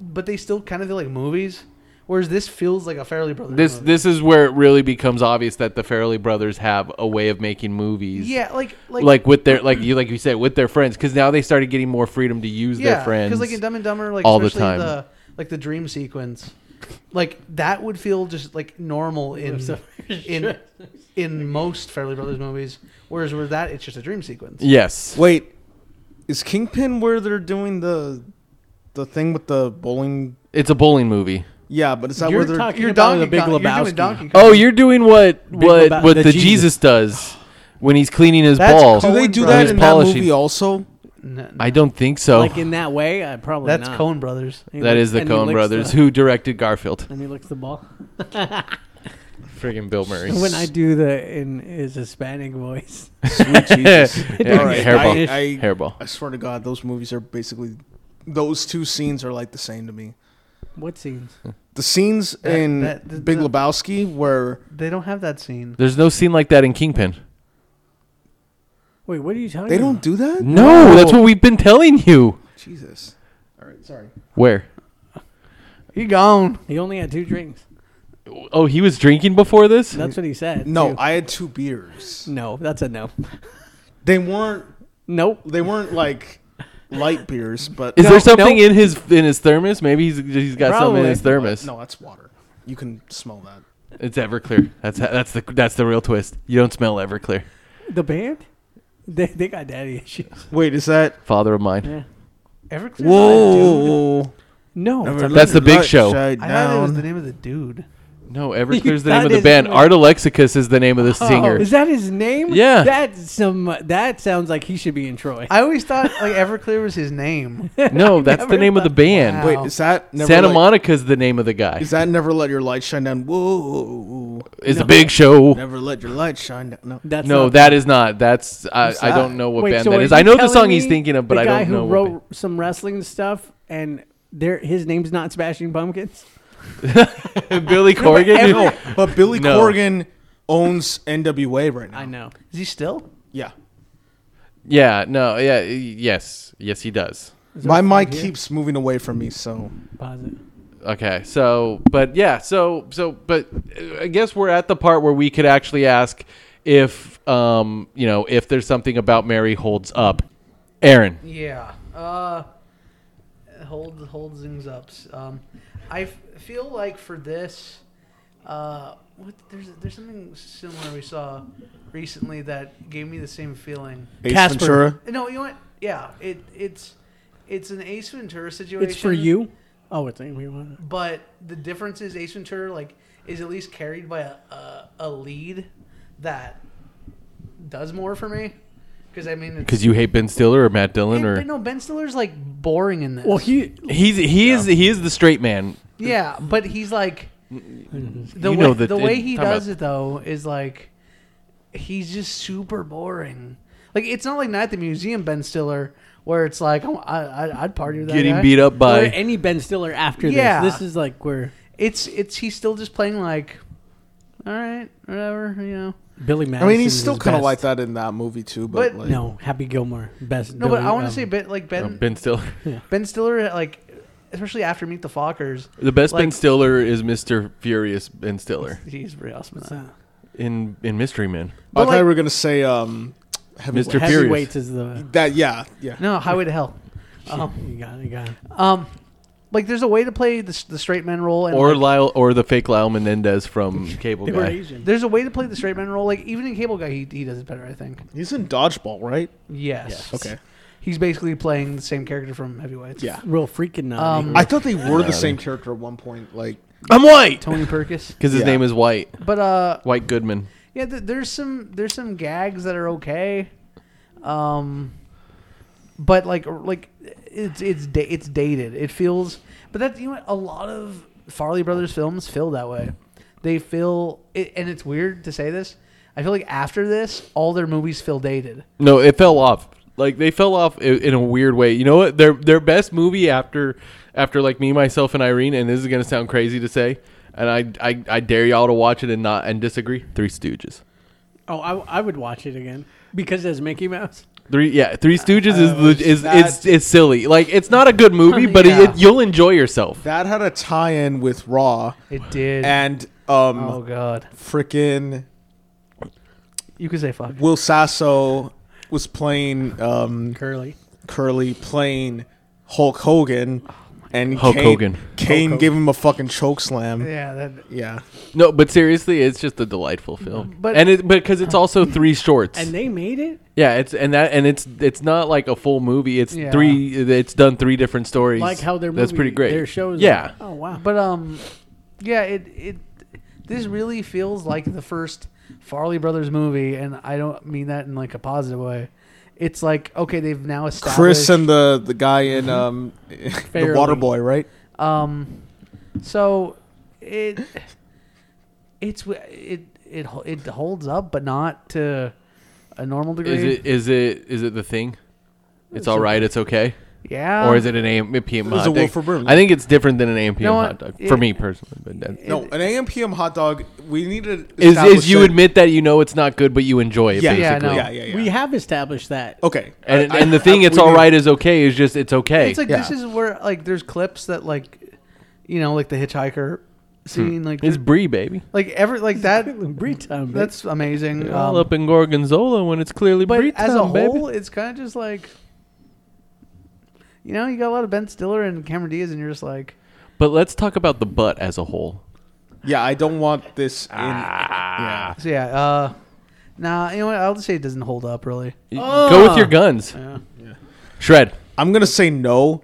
S4: but they still kind of feel like movies. Whereas this feels like a Fairly Brothers.
S5: this
S4: movie.
S5: this is where it really becomes obvious that the Farrelly brothers have a way of making movies.
S4: yeah, like like
S5: Like, with their like you like you said with their friends because now they started getting more freedom to use
S4: yeah,
S5: their friends.
S4: like in Dumb and Dumber, like
S5: all the time.
S4: especially the like the dream sequence, like that would feel just like normal in in in most Fairly Brothers movies. Whereas with that, it's just a dream sequence.
S5: yes,
S7: Wait, is Kingpin where they're doing the the thing with the bowling?
S5: it's a bowling movie.
S7: Yeah, but is that
S2: You're
S7: where they're?
S2: talking
S4: You're
S2: about
S4: Donkey
S2: the Big
S4: Kong- you're doing
S2: Lebowski.
S4: Donkey Kong.
S5: Oh, you're doing what what
S2: Lebowski-
S5: what the,
S2: the
S5: Jesus.
S2: Jesus.
S5: does when he's cleaning his
S4: That's
S5: balls.
S7: do
S4: Coen
S7: they do
S4: Brothers.
S7: that
S5: He's
S7: in that
S5: polishing.
S7: movie also?
S4: No, no,
S5: I don't think so.
S2: Like in that way, I probably
S4: that's
S2: not.
S4: Coen Brothers.
S2: And he
S5: Oh. That
S2: licks-
S5: is the
S2: and he uh,
S5: Coen
S2: licks
S5: brothers
S2: the-
S5: who directed Garfield.
S2: And he licks the ball.
S5: Friggin' Bill Murray.
S2: When I do the in his Hispanic voice,
S7: Sweet Jesus!
S5: Yeah,
S7: All right,
S5: hairball.
S7: I- I-
S5: hairball.
S7: I swear to God, those movies are basically those two scenes are like the same to me.
S2: what scenes?
S7: The scenes
S4: That-
S7: in
S4: that- that-
S7: Big
S4: that-
S7: Lebowski where
S4: They don't have that scene.
S5: There's no scene like that in Kingpin.
S2: Wait, what are you talking?
S7: they don't
S2: about?
S7: do that.
S5: No, that's what we've been telling you.
S7: Jesus. All right, sorry.
S5: Where?
S4: He gone.
S2: He only had two drinks.
S5: Oh, he was drinking before this?
S2: That's what he said.
S7: No,
S2: too.
S7: I had two beers.
S2: no, that's a no.
S7: They weren't.
S2: Nope.
S7: They weren't like light beers, but
S5: Is
S2: No,
S5: there something
S2: no.
S5: in his in his thermos? Maybe he's he's got something in his
S2: Probably.
S5: thermos.
S7: no, that's water. You can smell that.
S5: It's Everclear. That's ha- that's the that's the real twist. You don't smell Everclear.
S2: The band, they they got daddy issues.
S7: Wait, is that?
S5: Father of mine.
S4: Everclear's
S7: Whoa!
S2: No,
S7: Never
S5: That's
S7: let
S5: the big
S7: light
S5: show.
S7: shine
S4: Not a dude. I thought it was
S7: down.
S4: the name of the dude.
S5: No, Everclear's the
S2: That
S5: name of the
S2: is-
S5: band. Art Alexicus is the name of the singer.
S2: Oh, is that his name?
S5: Yeah.
S2: That's some. That sounds like he should be in Troy.
S4: I always thought like Everclear was his name.
S5: No, that's the
S2: never
S5: name of the
S2: thought-
S5: band.
S4: Wow.
S7: Wait, is that never
S5: Santa
S7: let,
S5: Monica's the name of the guy.
S7: Is that never let your light shine down? Whoa!
S5: Is the big show.
S7: Never let your light shine down. No.
S2: That's
S5: No,
S2: not-
S5: that is not. That's I,
S7: Who's
S5: I
S7: that?
S5: don't know what
S2: Wait,
S5: band
S2: so
S5: that
S2: are
S5: is.
S2: you
S5: I know the
S2: telling
S5: song
S2: me
S5: he's thinking of, but
S2: the
S5: I
S2: guy
S5: don't
S2: who
S5: know. what
S2: Wrote
S5: band.
S2: some wrestling stuff, and there his name's not Smashing Pumpkins.
S5: Billy Corgan.
S7: No, but Billy
S5: No.
S7: Corgan owns NWA right now.
S2: I know.
S4: Is he still?
S7: Yeah.
S5: yeah, no, yeah, yes, yes, he does.
S7: My mic
S2: here?
S7: keeps moving away from me, so
S2: Pause it.
S5: Okay, so, but yeah, so, so, but uh, I guess we're at the part where we could actually ask if, um, you know, if there's something about Mary holds up. Aaron,
S4: Yeah. Uh, hold hold zings ups. Um, I f- feel like for this, uh, what there's there's something similar we saw recently that gave me the same feeling.
S7: Ace
S2: Casper.
S7: Ventura.
S4: No, you know what? Yeah, it it's it's an Ace Ventura situation.
S2: It's for you. Oh, it's we want.
S4: But the difference is Ace Ventura like is at least carried by a a, a lead that does more for me. Because I mean, it's,
S5: because you hate Ben Stiller or Matt Dillon
S4: Ben-
S5: or
S4: no, Ben Stiller's like boring in this.
S2: Well, he
S5: he's he is he is the straight man.
S4: Yeah, but he's like the
S5: You
S4: way
S5: know that-
S4: the way he
S5: talking about-
S4: does it though is like he's just super boring. Like it's not like Night at the Museum, Ben Stiller, where it's like oh, I, I I'd party with that
S5: Getting
S4: guy.
S5: beat up
S2: Or
S5: by
S2: any Ben Stiller after
S4: Yeah.
S2: this. This is like where
S4: It's it's he's still just playing like, all right, whatever, you know.
S2: Billy Madison.
S7: I mean, he's still
S2: kind of
S7: like that in that movie too, but,
S4: But-
S7: like,
S2: No, Happy Gilmore, best.
S4: No, but
S2: Billy,
S4: I want to
S2: um,
S4: say Ben like Ben
S5: uh, Ben Stiller.
S4: Ben Stiller like, especially after Meet the Fockers,
S5: The best Ben
S4: Like-
S5: Stiller is Mr. Furious Ben Stiller
S4: he's pretty awesome. in
S2: what's
S4: that.
S2: that?
S5: in in Mystery Man.
S7: I
S4: But,
S7: thought
S4: like-
S7: we were gonna say um, heavyweight.
S5: Mr. Furious.
S2: Heavyweights is the.
S7: That yeah yeah.
S4: No, Highway to Hell. Um,
S2: You got it. You got it.
S4: um, like there's a way to play the, the straight man role, and
S5: Or
S4: like,
S5: Lyle or the fake Lyle Menendez from Cable
S2: They were
S5: Guy.
S2: Asian.
S4: there's a way to play the straight man role. Like even in Cable Guy, he, he does it better, I think.
S7: He's in dodgeball, right?
S4: Yes.
S7: Okay.
S4: He's basically playing the same character from Heavyweights.
S7: Yeah.
S2: Real freaking naughty.
S4: Um,
S7: I thought they were the same character at one point. Like
S5: I'm white
S4: Tony Perkis.
S5: because his
S7: Yeah.
S5: name is White.
S4: But uh,
S5: White Goodman.
S4: yeah, th- there's some there's some gags that are okay, um, but like like it's it's da- it's dated. It feels, but that you know what, a lot of Farley Brothers films feel that way. They feel, it, and it's weird to say this. I feel like after this, all their movies feel dated.
S5: No, it fell off. Like they fell off i- in a weird way. You know what? Their their best movie after after like me, myself, and Irene. And this is gonna sound crazy to say, and I I, I dare y'all to watch it and not and disagree. Three Stooges.
S2: oh, I, I would watch it again because as Mickey Mouse.
S5: Three yeah, Three
S2: Uh,
S5: Stooges is is,
S7: that-
S5: is is is silly. Like it's not a good movie, but it,
S4: Yeah.
S5: you'll enjoy yourself.
S7: that had a tie-in with Raw
S4: It did.
S7: and um,
S4: oh god,
S7: frickin'
S4: you could say fuck.
S7: Will Sasso was playing um,
S2: Curly.
S7: Curly playing Hulk Hogan, and
S5: Hulk
S7: Kane,
S5: Hogan.
S7: Kane gave him a fucking choke slam.
S4: Yeah, that
S7: Yeah,
S5: No, but seriously, it's just a delightful film.
S4: But-
S5: and it because it's also three shorts.
S2: And they made it.
S5: yeah, it's and that and it's it's not like a full movie. It's
S4: Yeah.
S5: three. It's done three different stories.
S2: Like how their movie,
S5: that's pretty great.
S2: Their shows.
S5: Yeah.
S2: Oh wow.
S4: But um, yeah, it it this really feels like the first Farley Brothers movie, and I don't mean that in like a positive way. It's like okay, they've now established
S7: Chris and the the guy in um, the
S2: Fairly.
S7: Water Boy, right?
S4: um, so it it's w- it it ho- it holds up, but not to a normal degree.
S5: Is it is it is it the thing? It's Uh, all right. It's okay.
S4: yeah,
S5: or is it an AM, a PM
S7: There's
S5: hot
S7: a
S5: dog?
S7: Wilford Brimley.
S5: I think it's different than an AM PM
S4: know
S5: hot
S4: what?
S5: dog for
S4: It-
S5: me personally. But that,
S7: No, an AM PM hot dog. We need to
S5: is
S7: establish
S5: is you
S7: that-
S5: admit that you know it's not good, but you enjoy it
S7: Yeah,
S5: basically.
S7: yeah,
S4: no.
S7: yeah, yeah, Oh, yeah.
S2: We have established that.
S7: okay,
S5: And
S7: I-
S5: and the
S7: I-
S5: thing,
S7: I-
S5: it's
S7: we
S5: all
S7: need-
S5: right is okay. Is just it's okay.
S4: It's like this
S7: Yeah.
S4: is where like there's clips that like you know like the hitchhiker scene like
S5: it's
S4: there-
S5: Brie, baby.
S4: like every like that
S2: Brie time. That's
S4: That's amazing.
S5: all
S4: Um,
S5: up in Gorgonzola when it's clearly
S4: but
S5: Brie
S4: as a
S5: time, baby.
S4: whole, it's kind of just like, you know, you got a lot of Ben Stiller and Cameron Diaz, and you're just like,
S5: But let's talk about the butt as a whole.
S7: Yeah, I don't want this in.
S5: Ah.
S4: so yeah. Uh, nah, you know what? I'll just say it doesn't hold up really.
S5: Go with your guns. Ah. Shred.
S7: I'm gonna say no.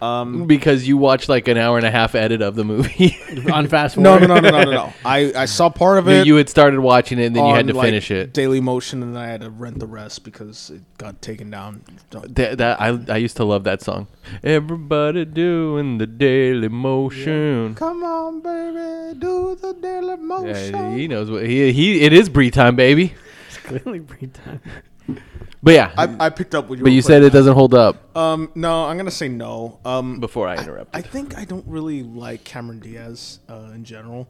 S7: Um,
S5: Because you watched like an hour and a half edit of the movie.
S2: on fast
S7: no,
S2: forward.
S7: no, no, no, no, no, no. I I saw part of it.
S5: you had started watching it and then you had to finish it.
S7: Daily Motion, and then I had to rent the rest because it got taken down.
S5: That, that I I used to love that song. Everybody doing the daily motion.
S7: Come on, baby, do the Daily Motion.
S5: Yeah, he knows what he he. It is Brie time, baby.
S2: It's clearly Brie time.
S5: But yeah,
S7: I, I picked up what you.
S5: but
S7: were
S5: you said it
S7: putting
S5: doesn't hold up.
S7: down. Um, no, I'm gonna say no. Um,
S5: Before I
S7: I
S5: interrupted,
S7: think I don't really like Cameron Diaz uh, in general,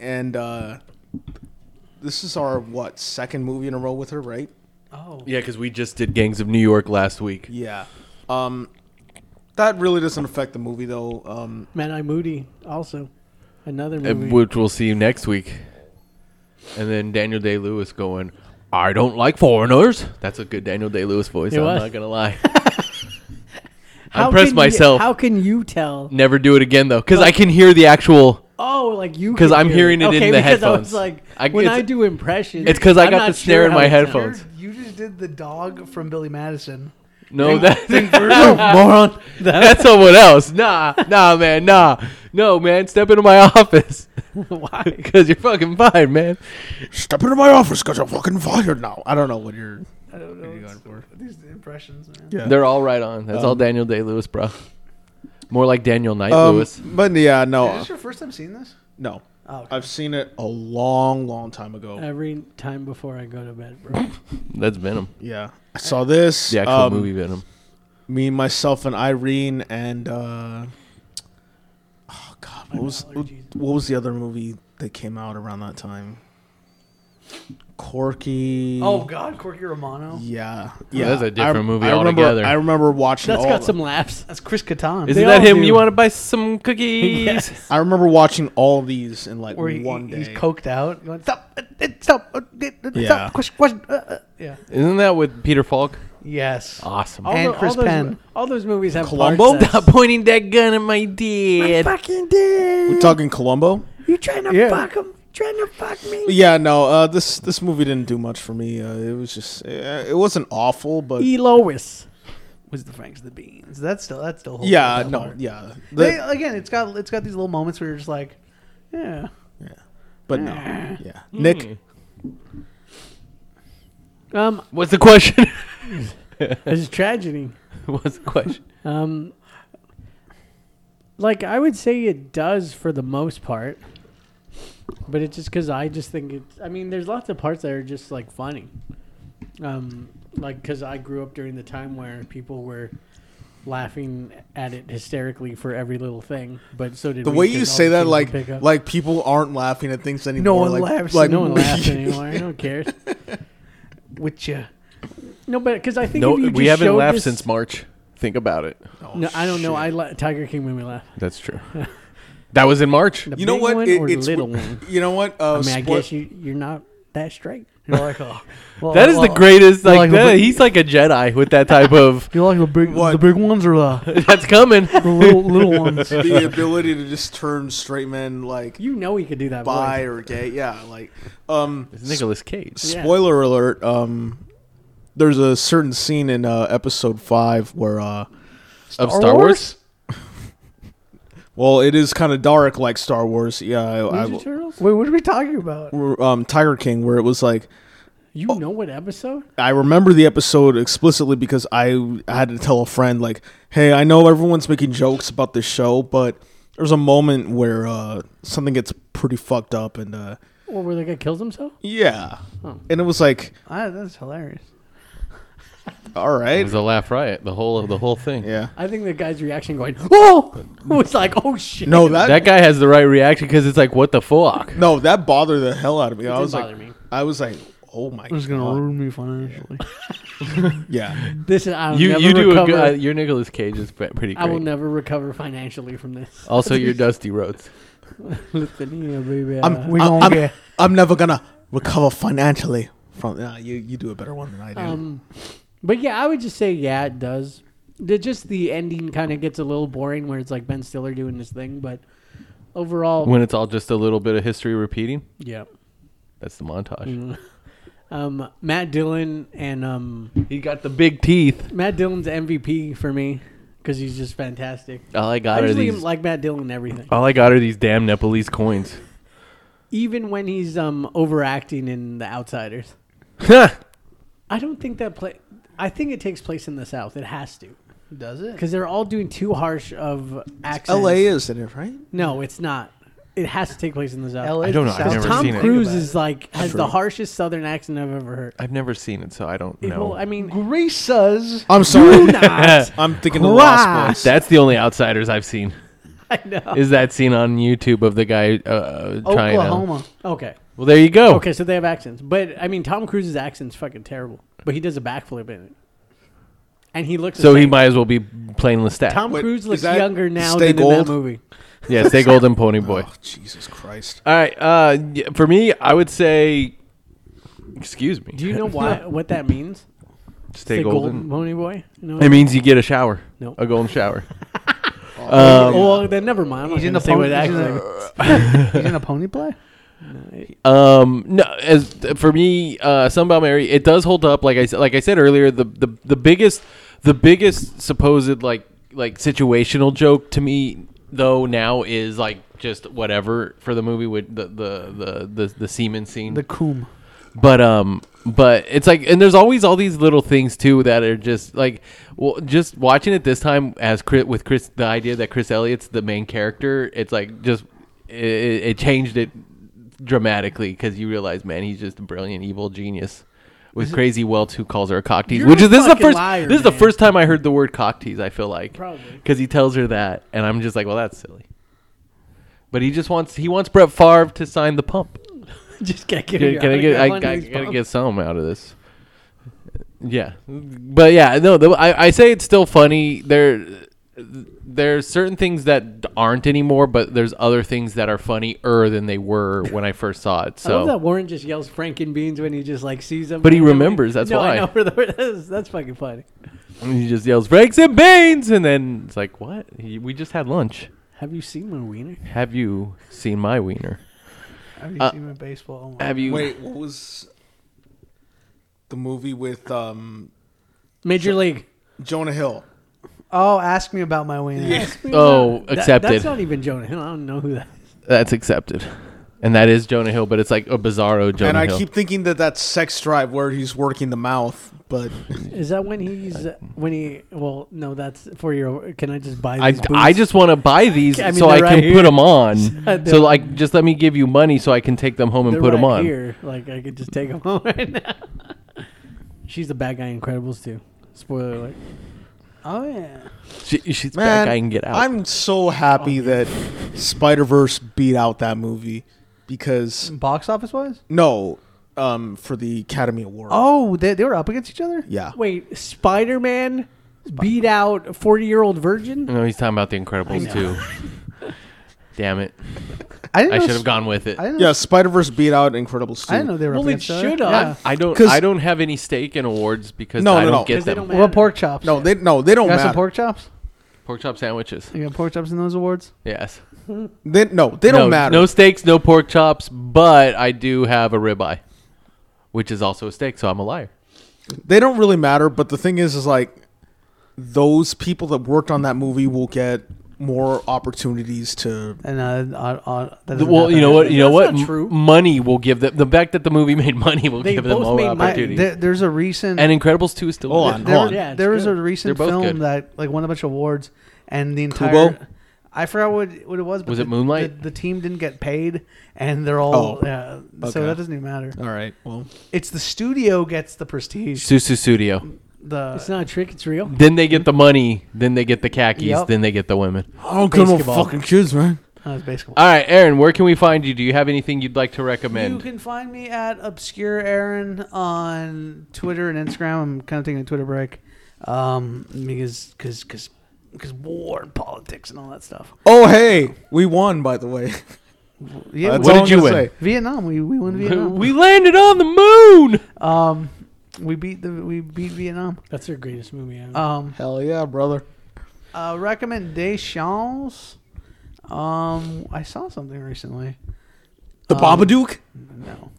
S7: and uh, this is our what second movie in a row with her, right?
S4: Oh,
S5: yeah, because we just did Gangs of New York last week.
S7: Yeah. Um, that really doesn't affect the movie though. Um,
S2: Mad Eye Moody also another
S5: Uh,
S2: movie.
S5: which we'll see you next week. And then Daniel Day Lewis going, I don't like foreigners. That's a good Daniel Day Lewis voice.
S2: It
S5: I'm
S2: was.
S5: not gonna lie.
S2: How
S5: I impressed
S2: can
S5: myself.
S2: You, how can you tell?
S5: Never do it again though, because I can hear the actual.
S2: Oh, like you.
S5: 'Cause
S2: can
S5: I'm
S2: hear
S5: hearing it in
S2: okay,
S5: the
S2: because I was
S5: headphones.
S2: like,
S5: I-
S2: when
S5: it's-
S2: I do impressions,
S5: it's 'cause I got
S2: not
S5: the snare in
S2: how
S5: my
S2: it sounds.
S5: headphones.
S4: you just did the dog from Billy Madison.
S5: No, that
S2: Moron.
S5: that's someone else. Nah, nah, man, nah, no, man. Step into my office.
S2: Why?
S5: Because you're fucking fine, man.
S7: Step into my office because I'm fucking fired now. I don't know what you're.
S4: I don't know.
S7: going
S4: it's-
S7: for?
S4: These impressions, man.
S7: Yeah.
S5: They're all right on. That's all
S7: Um,
S5: Daniel Day Lewis, bro. More like Daniel Knight
S7: Um,
S5: Lewis.
S7: but yeah, no, Oh.
S4: Is this your first time seeing this? Oh,
S7: no.
S4: Oh, okay. Uh,
S7: I've seen it a long, long time ago.
S2: Every time before I go to bed, bro.
S5: That's Venom.
S7: yeah, I saw this.
S5: The actual
S7: um,
S5: movie Venom.
S7: Me, myself, and Irene, and uh, oh god, what was
S2: allergies.
S7: what was the other movie that came out around that time? Corky.
S4: oh God, Corky Romano.
S7: Yeah,
S5: Yeah,
S7: yeah.
S5: Oh, that's a different
S7: I,
S5: movie
S7: I remember,
S5: altogether.
S7: I remember watching.
S2: That's
S7: all
S5: Oh.
S2: got some laughs.
S4: That's Chris Catan.
S5: Isn't
S2: they
S5: that
S2: all
S5: him?
S2: do.
S5: You want to buy some cookies?
S7: I remember watching all these in like
S4: Where he,
S7: one day.
S4: he's coked out. Going, stop! uh, uh, Stop! uh, uh, uh,
S7: Yeah.
S4: Stop! Question! Question! uh, uh." Yeah.
S5: Isn't that with Peter Falk?
S4: Yes.
S5: Awesome.
S2: All
S4: And
S2: all
S4: Chris
S2: those,
S4: Penn.
S2: All those movies have
S7: Columbo?
S2: parts
S5: Stop
S2: that's-
S5: pointing that gun at my dad.
S6: Fucking dead.
S7: We're talking Columbo.
S6: You trying to
S2: Yeah.
S6: fuck him? Trying to fuck me?
S7: Yeah, no. Uh, this this movie didn't do much for me. Uh, it was just uh, it wasn't awful, but
S2: Elois.
S4: Was the Franks the Beans? That's still that's still. holds
S7: yeah,
S4: up that
S7: no,
S4: hard.
S7: yeah. The-
S4: They, again, it's got it's got these little moments where you're just like, yeah.
S7: but no, yeah.
S2: Hmm.
S7: Nick,
S2: Um,
S5: What's the question?
S2: it's a tragedy.
S5: What's the question?
S2: Um, like I would say it does for the most part, but it's just because I just think it's. I mean, there's lots of parts that are just like funny, um, like because I grew up during the time where people were laughing at it hysterically for every little thing. But so did
S7: the
S2: we,
S7: way
S2: 'cause
S7: you
S2: all
S7: say
S2: the
S7: that,
S2: kids would
S7: like
S2: pick up.
S7: like people aren't laughing at things anymore.
S4: one
S7: like,
S4: laughs.
S7: Like,
S2: no one laughs anymore. No one cares.
S4: Which uh,
S2: No, but because I think
S5: No,
S2: if you
S5: we
S2: just
S5: haven't
S2: showed
S5: laughed
S2: this-
S5: since March. Think about it.
S2: No, I don't know. I la- Tiger King made me laugh.
S5: That's true. that was in March.
S2: The
S7: You know
S2: big
S7: what?
S2: One
S7: It-
S2: or
S7: it's
S2: little one?
S7: You know what? Uh,
S2: I mean, I
S7: spoil-
S2: guess you you're not that straight.
S4: you're like, oh, well,
S5: That is
S4: well,
S5: the greatest. Like,
S4: like a
S5: that-
S4: big-
S5: he's like a Jedi with that type of.
S4: You like the big
S7: What?
S4: the big ones or the,
S5: That's coming.
S4: the little little ones?
S7: the ability to just turn straight men like
S2: You know he could do that.
S7: bi
S2: Bye.
S7: or gay. Yeah, like um.
S5: It's Nicolas Cage.
S2: Yeah.
S7: spoiler alert um there's a certain scene in uh episode five where uh
S5: Of Star Wars?
S7: well it is kind of dark like star wars yeah I,
S2: Ninja Turtles.
S4: Wait, what are we talking about?
S7: I- um tiger king where it was like
S2: You know what episode?
S7: i remember the episode explicitly because i had to tell a friend like hey i know everyone's making jokes about this show but there's a moment where uh something gets pretty fucked up and uh
S2: Or where the guy kills himself?
S7: yeah and it was like
S4: Ah, that's hilarious.
S7: all
S5: It
S7: right
S5: was a laugh riot. The whole of the whole thing.
S7: yeah
S2: I think the guy's reaction going, "Whoa!" was like, "Oh shit."
S7: no that,
S5: That guy has the right reaction because it's like, what the fuck?
S7: no that bothered the hell out of me i
S2: did
S7: was like
S2: bother me.
S7: i was like oh my
S4: It's
S7: god
S4: gonna ruin me financially.
S7: Yeah.
S2: This is I'll
S5: You
S2: never
S5: you do a
S2: recover.
S5: good. Uh, your Nicolas Cage is pre- pretty
S2: I will
S5: great.
S2: never recover financially from this.
S5: Also, your Dusty Rhodes.
S2: Lithuania, baby.
S7: I'm,
S4: Uh, we
S7: I'm-
S4: gonna
S7: I'm-
S4: get-
S7: I'm never gonna recover financially from. Nah, you you do a better one than I do.
S2: Um, but yeah, I would just say yeah, it does. The, just the ending kind of gets a little boring where it's like Ben Stiller doing this thing, but overall,
S5: When it's all just a little bit of history repeating.
S2: yeah.
S5: That's the montage.
S2: Mm. Um, Matt Dillon and um,
S5: He got the big teeth.
S2: Matt Dillon's MVP for me because he's just fantastic.
S5: All I
S2: I
S5: got are
S2: usually
S5: these.
S2: like Matt Dillon in everything,
S5: all I got are these damn Nepalese coins.
S2: even when he's um overacting in The Outsiders. I don't think that play. I think it takes place in the South. It has to
S4: Does it?
S2: because they're all doing too harsh of accents.
S7: L.A. is in it, right?
S2: No, it's not. It has to take place in the South.
S4: LA 's
S5: I don't know.
S4: the
S5: I've
S4: South.
S5: never
S2: Tom
S5: seen it.
S2: Cruise is like has the
S7: True.
S2: harshest Southern accent I've ever heard.
S5: I've never seen it, so I don't know.
S2: Well, I mean,
S4: Greases.
S7: I'm sorry.
S2: not.
S7: I'm thinking the Lost Boys.
S5: That's the only outsiders I've seen.
S2: I know.
S5: Is that scene on YouTube of the guy uh, trying to?
S4: Oklahoma.
S2: Okay.
S5: Well, there you go.
S2: Okay, so they have accents, but I mean, Tom Cruise's accent's fucking terrible. But he does a backflip in it, and he looks.
S5: So
S2: the
S5: he
S2: same.
S5: might as well be playing Lestat.
S2: Tom
S7: Wait,
S2: Cruise
S7: is
S2: looks
S7: that
S2: younger now
S7: Stay
S2: than in
S7: Gold?
S2: that movie.
S5: yeah, stay golden pony boy.
S7: Oh, Jesus Christ.
S5: All right. Uh, y- for me, I would say. Excuse me.
S2: Do you know why what that means?
S5: stay
S2: the
S5: golden.
S2: golden pony boy. No.
S5: It means you get a shower.
S2: No.
S5: A golden shower. uh,
S2: well, then never mind. I'm not
S4: He's in
S2: gonna
S4: the
S2: say
S4: pony.
S2: what
S4: He's in
S2: accent.
S4: a, he's in a pony play.
S5: Um, no, as for me, uh, Sunbound Mary, it does hold up. Like I said, like I said earlier, the, the the biggest, the biggest supposed like like situational joke to me though now is like just whatever for the movie with the the the the, the semen scene.
S4: The coom.
S5: But um, but it's like, and there's always all these little things too that are just like, well, just watching it this time as Chris, with Chris, the idea that Chris Elliott's the main character, it's like just. it, it changed it dramatically because you realize, man, he's just a brilliant evil genius with crazy Welts who calls her a cock tease.
S2: You're
S5: Which
S2: a
S5: is this is the
S2: fucking
S5: first
S2: liar,
S5: this is the
S2: man.
S5: first time I heard the word cock tease. I feel like
S2: Probably.
S5: because he tells her that, and I'm just like, well, that's silly. But he just wants he wants Brett Favre to sign the pump.
S2: Just gotta get
S5: Can,
S2: your
S5: can I get I,
S2: autograph on
S5: I
S2: these
S5: gotta
S2: bums.
S5: get some out of this? Yeah, but yeah, no. The, I I say it's still funny. There there's certain things that aren't anymore, but there's other things that are funnier than they were when I first saw it.
S2: I love that
S5: So
S2: Warren just yells Franken beans when he just like sees them.
S5: But he remembers, that's
S2: no,
S5: why.
S2: I know for the that's, that's fucking funny.
S5: he just yells "Franks and Beans," and then it's like, "What? He- We just had lunch.
S2: Have you seen my wiener?
S5: Have you seen my wiener?
S4: Have you
S5: Uh,
S4: seen my baseball?
S5: Have you?"
S7: Wait, what was the movie with um,
S2: Major League.
S7: Jonah Hill?
S4: Oh, ask me about my wiener.
S5: Oh,
S2: That-
S5: accepted.
S2: that's not even Jonah Hill. I don't know who that is.
S5: That's accepted, and that is Jonah Hill, but it's like a bizarro Jonah
S7: and I
S5: Hill.
S7: keep thinking that that's Sex Drive where he's working the mouth, but
S2: Is that when he's when he? Well, no, that's for your. Can I just buy?
S5: I,
S2: These boots?
S5: I just want to buy these
S2: I mean,
S5: so I
S2: they're
S5: can
S2: right
S5: put 'em put
S2: here.
S5: them on.
S2: They're-
S5: so like, just let me give you money so I can take them home and
S2: They're
S5: put
S2: right
S5: them on.
S2: here. Like I could just take them home right now. She's the bad guy in Incredibles too. Spoiler alert.
S4: Oh yeah.
S5: She, she's
S7: man,
S5: back. I can get out.
S7: I'm so happy that Spider Verse beat out that movie because
S4: Box office wise?
S7: no, um, for the Academy Award.
S4: Oh, they, they were up against each other.
S7: yeah,
S2: Wait, Spider Man beat out forty year old virgin.
S5: no, he's talking about the Incredibles too. Damn it!
S4: I didn't.
S5: I
S4: know
S5: should
S4: s-
S5: have gone with it.
S4: I didn't. know
S7: yeah.
S4: s-
S7: Spider Verse beat out Incredibles. 2.
S4: I didn't know they were
S2: Well,
S4: up
S2: it
S4: against each
S2: should
S4: other.
S2: have.
S5: Uh, I don't.
S7: 'Cause-
S5: I don't have any stake in awards because
S7: No,
S5: I
S7: no,
S5: don't
S7: no.
S5: get
S2: 'Cause they
S5: them.
S2: don't
S4: Yeah. What about pork chops?
S7: No, they no, they don't
S4: You got some
S7: matter.
S4: pork chops?
S5: Pork chop sandwiches.
S4: You got pork chops in those awards?
S5: Yes.
S7: They, no, they
S5: no,
S7: don't matter.
S5: No steaks. No pork chops. But I do have a ribeye, which is also a steak. So I'm a liar.
S7: They don't really matter. But the thing is, is like those people that worked on that movie will get more opportunities to.
S4: And uh, uh, uh, that doesn't
S5: Well,
S4: happen.
S5: you know what? You know
S2: That's
S5: what?
S2: not
S5: M-
S2: true.
S5: Money will give them the fact that the movie made money will
S2: They
S5: give them
S2: both
S5: more
S2: made money.
S4: I,
S5: opportunity.
S4: there, there's a recent
S5: and Incredibles two is still
S7: Hold
S5: good.
S7: on,
S4: there,
S7: hold on.
S2: Yeah, it's
S4: there was a
S2: good.
S4: recent
S5: They're both
S4: film
S5: good.
S4: that like won a bunch of awards, and the entire
S7: Kubo?
S4: I forgot what, what it was. But
S5: Was
S4: the,
S5: it Moonlight?
S4: The, the team didn't get paid, and they're all
S7: Oh,
S4: yeah, so
S7: okay.
S4: that doesn't even matter.
S7: All right. Well,
S4: It's the studio gets the prestige.
S5: Susu Studio.
S4: The
S2: Uh, It's not a trick. It's real.
S5: Then they get the money. Then they get the khakis.
S4: Yep.
S5: Then they get the women.
S7: I don't give no
S2: Basketball.
S7: fucking kids, man.
S4: uh, it's basically.
S5: All right, Aaron. Where can we find you? Do you have anything you'd like to
S4: You
S5: recommend?
S4: can find me at Obscure Aaron on Twitter and Instagram. I'm kind of taking a Twitter break um, because cause, cause, cause war and politics and all that stuff.
S7: Oh hey, we won by the way.
S4: Yeah,
S7: That's
S5: What did
S7: all I'm
S5: you
S7: gonna
S5: win?
S7: say.
S4: Vietnam. We, we won Vietnam.
S5: we landed on the moon.
S4: Um, we beat the we beat Vietnam.
S2: That's their greatest movie. Ever.
S5: Uh,
S4: Um,
S7: Hell yeah, brother.
S4: uh, recommendations. Um, I saw something recently.
S7: The
S4: Um,
S7: Babadook.
S4: No,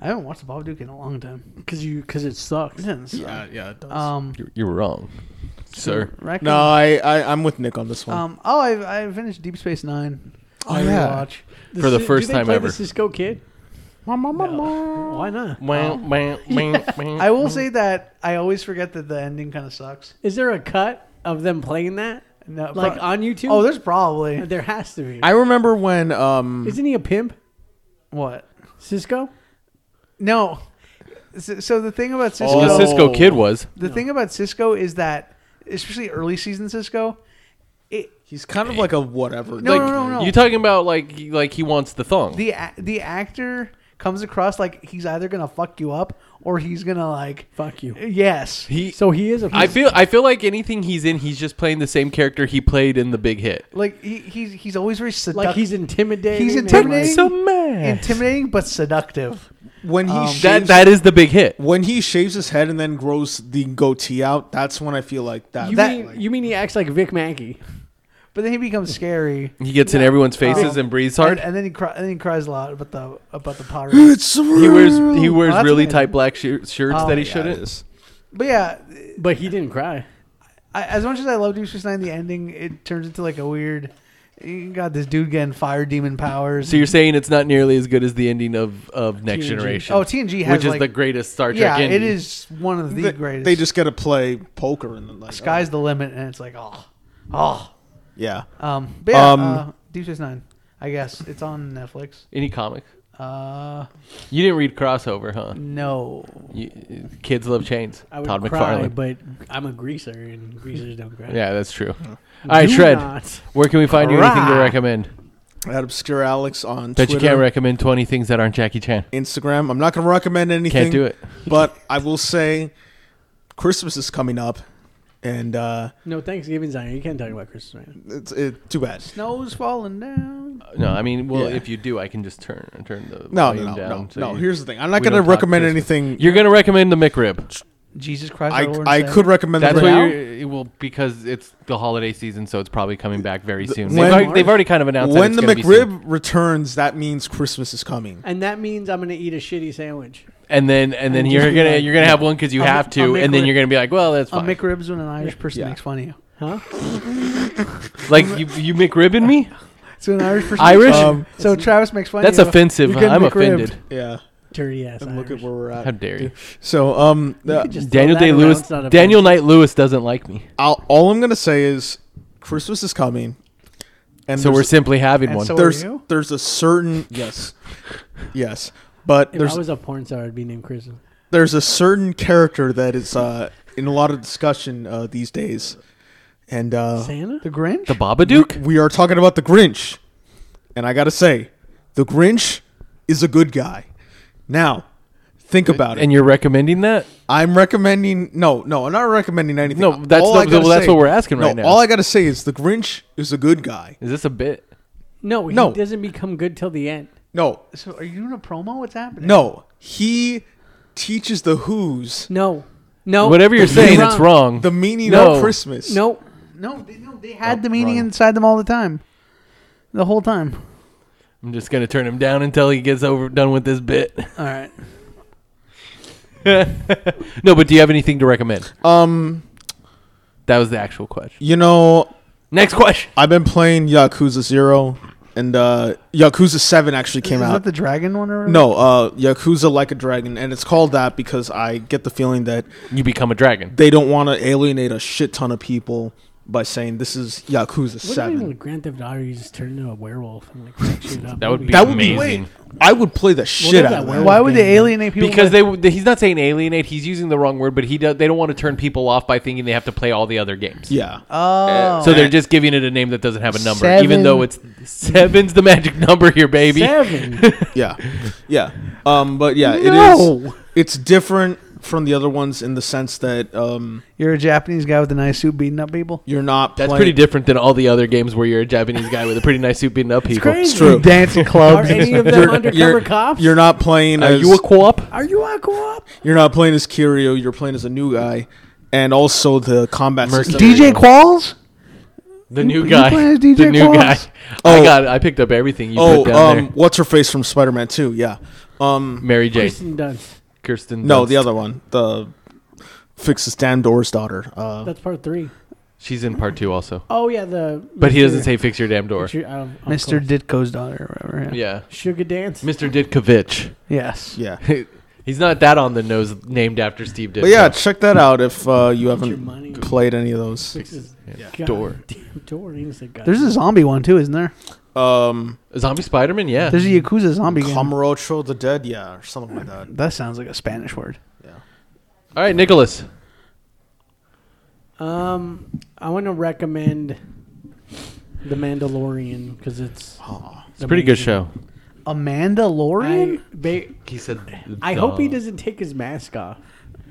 S4: I haven't watched the Babadook in a long time.
S2: Cause you, cause it sucks.
S4: It doesn't suck.
S7: uh, yeah. It does.
S4: Um,
S5: You're, you're wrong, sir.
S4: recommend-
S7: no, I, I I'm with Nick on this one.
S4: Um, oh, I I finished Deep Space Nine.
S7: Oh,
S4: I
S7: yeah.
S4: rewatch.
S2: The
S5: For the
S2: Ci-
S5: first
S2: do they
S5: time
S2: play
S5: ever.
S2: The Cisco Kid. Why
S5: Wow,
S2: not?
S5: wow, wow, wow.
S4: I will say that I always forget that the ending kind of sucks.
S2: Is there a cut of them playing that?
S5: Uh,
S4: No,
S2: Like
S4: pro-
S2: on YouTube?
S4: oh, there's probably
S2: there has to be.
S7: I remember when um
S2: Isn't he a pimp,
S4: what?
S2: Cisco?
S4: No. So, so the thing about Cisco,
S5: the Cisco
S7: Oh.
S5: kid was.
S4: the thing about Cisco is that, especially early season Cisco, it
S7: he's kind of like a whatever.
S4: No,
S5: like,
S4: no, no, no.
S5: You talking about like he- like he wants the thong?
S4: the a- the actor comes across like he's either gonna fuck you up or he's gonna like
S2: Fuck you.
S4: yes.
S5: he.
S2: So he is a pimp.
S5: I feel I feel like anything he's in, he's just playing the same character he played in the Big Hit.
S4: Like he, he's he's always very seductive.
S2: like he's intimidating.
S4: He's
S2: and,
S4: intimidating.
S2: like-
S5: So mad.
S4: intimidating but seductive.
S7: when he
S5: that
S7: shaves,
S5: that is the Big Hit.
S7: when he shaves his head and then grows the goatee out, that's when I feel like that.
S2: you,
S4: That-
S2: mean, you mean he acts like Vic Mackey?
S4: But then he becomes scary.
S5: He gets in everyone's faces
S4: Um,
S5: and breathes hard.
S4: And, and then he cry, and then he cries a lot about the about the power.
S7: it's real.
S5: He wears he wears
S4: that's
S5: really
S4: amazing.
S5: tight black shir- shirts
S4: Oh
S5: that he
S4: my
S5: shouldn't.
S4: but yeah,
S2: But he didn't cry.
S4: I, as much as I love Deep Space Nine, the ending it turns into like a weird. You got this dude getting fire demon powers.
S5: So you're saying it's not nearly as good as the ending of, of Next
S2: TNG.
S5: Generation,
S4: oh, TNG has
S5: which is
S4: like
S5: the greatest Star Trek
S4: yeah,
S5: ending.
S4: it is one of the
S7: They,
S4: greatest.
S7: they just got to play poker and then like
S4: sky's the limit, and it's like oh, oh.
S7: oh, yeah.
S4: Um, but yeah,
S7: Um,
S4: uh, Deep Space Nine. I guess it's on Netflix.
S5: Any comic?
S4: Uh,
S5: You didn't read Crossover, huh?
S4: no.
S5: You, kids love chains.
S2: I would
S5: Todd
S2: cry,
S5: McFarlane.
S2: but I'm a greaser, and greasers don't cry.
S5: Yeah, that's true. All right,
S2: Do
S5: Shred.
S2: not.
S5: Where can we find you? Anything to
S7: Cry.
S5: recommend?
S7: At Obscure Alex on
S5: Bet you
S7: Twitter,
S5: can't recommend 20 things that aren't Jackie Chan.
S7: Instagram. I'm not going to recommend anything.
S5: Can't do it.
S7: But I will say Christmas is coming up, and uh,
S2: No, Thanksgiving's on. You can't talk about Christmas right now.
S7: it's it, too bad.
S4: Snow's falling down.
S5: No, I mean, well,
S7: Yeah.
S5: if you do, I can just turn turn the
S7: No,
S5: volume
S7: no, no,
S5: down.
S7: no.
S5: so
S7: no.
S5: you-
S7: Here's the thing. I'm not
S5: we
S7: going to
S5: don't talk
S7: recommend
S5: Christmas.
S7: anything.
S5: You're gonna recommend the McRib.
S4: Jesus Christ!
S7: I,
S4: our Lord
S7: I
S4: and
S7: could
S4: Savior.
S7: recommend
S5: That's
S7: the
S5: why
S7: Red-
S5: you're well because it's the holiday season, so it's probably coming back very soon.
S7: when-
S5: they've, already, they've already kind of announced that
S7: when
S5: it's
S7: the
S5: gonna be soon.
S7: McRib returns, that means Christmas is coming.
S2: And that means I'm going to eat a shitty sandwich.
S5: and then and then
S2: And
S5: you're
S2: just-
S5: gonna you're gonna have one because you
S2: A-
S5: have
S2: a
S5: to, and then
S2: McRib.
S5: you're gonna be like, well, that's
S4: A
S5: fine.
S4: McRib's when an Irish person
S7: Yeah.
S4: makes fun of you.
S2: Huh?
S5: like you you McRibbing me?
S4: It's when an Irish person.
S5: Irish?
S7: Um,
S4: so Travis makes fun.
S5: that's
S4: of you.
S5: offensive.
S4: you get
S5: I'm
S4: McRibbed.
S5: offended.
S7: Yeah.
S2: Dirty ass.
S7: And look at
S2: Irish.
S7: where we're
S5: How
S7: at.
S5: dare you?
S7: So, um, uh,
S2: could just throw
S5: Daniel
S2: that
S5: Day
S2: around,
S5: Lewis.
S2: it's not a
S5: Daniel Knight Lewis doesn't like me,
S7: I'll, all I'm gonna say is Christmas is coming, and
S5: so we're
S7: there's-
S5: simply having
S4: and
S5: one.
S4: so-
S7: there's
S4: Are you?
S7: there's a certain yes, yes, but
S2: If
S7: there's
S2: I was a porn star, I'd be named Chris.
S7: there's a certain character that is uh, in a lot of discussion uh, these days, and uh,
S2: Santa?
S4: The Grinch.
S5: the Babadook.
S7: we are talking about the Grinch, and I gotta say, the Grinch is a good guy. Now, think about it.
S5: And you're recommending that?
S7: I'm recommending no, no, I'm not recommending anything.
S5: No, that's
S7: All
S5: the-
S7: I gotta
S5: well, that's
S7: say-
S5: what we're asking
S7: no,
S5: right now.
S7: All I gotta say is the Grinch is a good guy.
S5: Is this a bit?
S2: No, he
S7: No.
S2: doesn't become good till the end.
S7: No,
S4: So are you doing a promo? What's happening?
S7: No, he teaches the Who's
S2: No. No.
S5: Whatever you're
S2: You're
S5: saying, it's wrong.
S7: the meaning
S5: No.
S7: of Christmas.
S2: No.
S4: no, they, no. They had
S5: Oh,
S4: the meaning
S5: wrong.
S4: inside them all the time, the whole time.
S5: I'm just gonna turn him down until he gets over done with this bit.
S4: All right.
S5: no, but do you have anything to recommend?
S7: Um,
S5: That was the actual question.
S7: you know,
S5: Next question.
S7: I've been playing Yakuza Zero, and uh, Yakuza Seven actually came
S4: Is
S7: out.
S4: that the dragon one or whatever?
S7: no, uh, Yakuza Like a Dragon, and it's called that because I get the feeling that
S5: You become a dragon.
S7: they don't want to alienate a shit ton of people by saying this is Yakuza
S2: What do you mean
S7: Seven.
S2: with Grand Theft Auto? You just turn into a werewolf and like fuck shit up.
S5: That would be
S7: That would be
S5: amazing.
S7: I would play the shit
S2: that
S7: out of that.
S2: werewolf
S4: Why would they
S2: game.
S4: alienate people?
S5: because
S4: that-
S5: they w- he's not saying alienate. He's using the wrong word, but he does. They don't want to turn people off by thinking they have to play all the other games.
S7: Yeah.
S4: Oh.
S5: So they're just giving it a name that doesn't have a number, even
S4: Seven.
S5: though it's seven's the magic number here, baby.
S2: Seven.
S7: Yeah, yeah. Um, but yeah, it is.
S4: No.
S7: It's different from the other ones in the sense that um,
S4: You're a Japanese guy with a nice suit beating up people.
S7: you're not.
S5: That's
S7: playing-
S5: pretty different than all the other games where you're a Japanese guy with a pretty nice suit beating up people.
S2: crazy.
S7: It's true.
S4: Dancing
S2: Are
S4: clubs.
S2: any of them
S7: You're-
S2: undercover
S7: you're-
S2: cops?
S7: You're not playing
S5: Are
S7: as
S5: you a co-op?
S2: Are you a co-op?
S7: you are not playing as Kirio. You're playing as a new guy, and also the combat
S5: Merc-
S7: system.
S4: DJ Qualls?
S5: The new
S4: you
S5: guy.
S4: playing as
S5: the
S4: DJ
S5: new guy.
S4: Qualls?
S5: I
S7: Oh.
S5: got. I picked up everything you
S7: Oh,
S5: put down
S7: um,
S5: there.
S7: what's her face from Spider-Man 2? Yeah. Um,
S5: Mary J.
S2: Kristen Dunst.
S5: Kirsten.
S7: no,
S5: Dunst.
S7: the other one, the fixes Dan Door's daughter. Uh,
S2: That's part three.
S5: She's in part two also,
S2: Oh yeah, the.
S5: but he doesn't say fix your damn door.
S2: Mr. Um, of
S4: Mr.
S2: course.
S4: Ditko's daughter or whatever.
S5: Yeah,
S2: Sugar Dance.
S5: Mr. Ditkovich.
S4: Yes.
S7: yeah.
S5: He's not that on the nose named after Steve Ditko.
S7: But yeah, check that out if uh, you
S2: your money.
S7: haven't played any of those.
S2: Mrs.
S5: Yeah.
S2: God
S5: Door.
S2: Damn door. He said God.
S4: There's a zombie one too, isn't there?
S7: Um,
S5: Zombie Spider-Man, yeah.
S4: There's a Yakuza zombie game.
S7: Camarocho the Dead, yeah, or something like that.
S4: That sounds like a Spanish word.
S5: All right, Nicholas.
S2: Um, I want to recommend The Mandalorian because it's
S5: It's a pretty good show.
S4: Amanda Lorian?
S2: I, ba-
S5: He said.
S2: I hope he doesn't take his mask off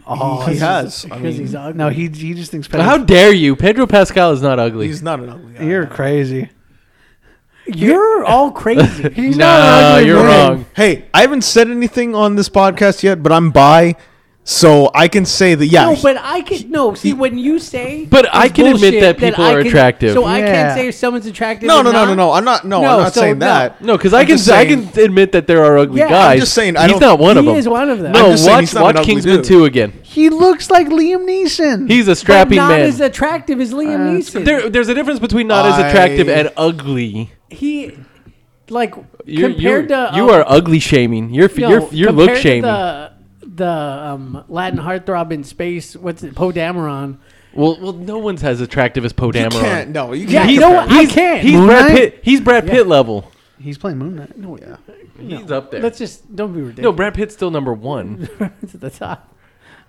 S4: Oh,
S7: he has. I
S2: because
S7: mean,
S2: he's ugly.
S4: no, he he just thinks.
S5: How dare you? Pedro Pascal is not ugly.
S7: he's not an ugly guy.
S4: You're crazy.
S2: You're all crazy.
S4: He's
S5: no, you're
S7: Hey,
S5: wrong.
S7: Hey, I haven't said anything on this podcast yet, but I'm bi, so I can say that. Yeah,
S2: no, but I can no. See, when you say,
S5: But I
S2: it's
S5: can admit
S2: bullshit,
S5: that
S2: then
S5: people
S2: I
S5: are
S2: can-
S5: attractive.
S2: So I can't
S4: Yeah.
S2: say if someone's attractive.
S7: no,
S2: or
S7: no, no,
S2: not.
S7: no, no. I'm not. No,
S2: No,
S7: I'm not
S2: so
S7: saying
S2: no.
S7: that.
S5: No, because
S7: I'm
S5: I can
S7: just saying-
S5: I can admit that there are ugly
S2: Yeah, I'm
S5: guys.
S7: just saying, I
S5: he's
S7: don't-
S5: not one of
S2: He
S5: them.
S2: is one of them.
S5: No,
S7: I'm just saying
S5: watch
S7: he's not an
S5: watch
S7: ugly
S5: Kingsman
S7: dude.
S5: two again.
S4: He looks like Liam Neeson.
S5: He's a
S2: But
S5: strapping
S2: not
S5: man.
S2: as attractive as Liam Neeson.
S5: there, there's a difference between not as
S7: I-
S5: attractive and ugly.
S2: he, like
S5: You're,
S2: compared
S5: you're-
S2: to
S5: you
S2: um,
S5: are ugly shaming. You're f
S2: no,
S5: you're, you're look
S2: compared to
S5: shaming.
S2: The, the um, Latin heartthrob in space. What's it? Poe Dameron.
S5: well, well, no one's as attractive as Poe
S7: You
S5: Dameron.
S7: can't. No, you
S2: Yeah,
S7: can't.
S2: you
S7: Yeah,
S2: know what? I can't.
S5: He's
S4: Moon
S5: Brad
S4: Knight?
S5: Pitt. He's Brad Pitt level.
S4: He's playing Moon Knight.
S2: No,
S7: Yeah.
S5: He's up there.
S2: Let's just don't be
S5: no,
S2: ridiculous.
S5: Brad Pitt's still number one.
S2: to the top.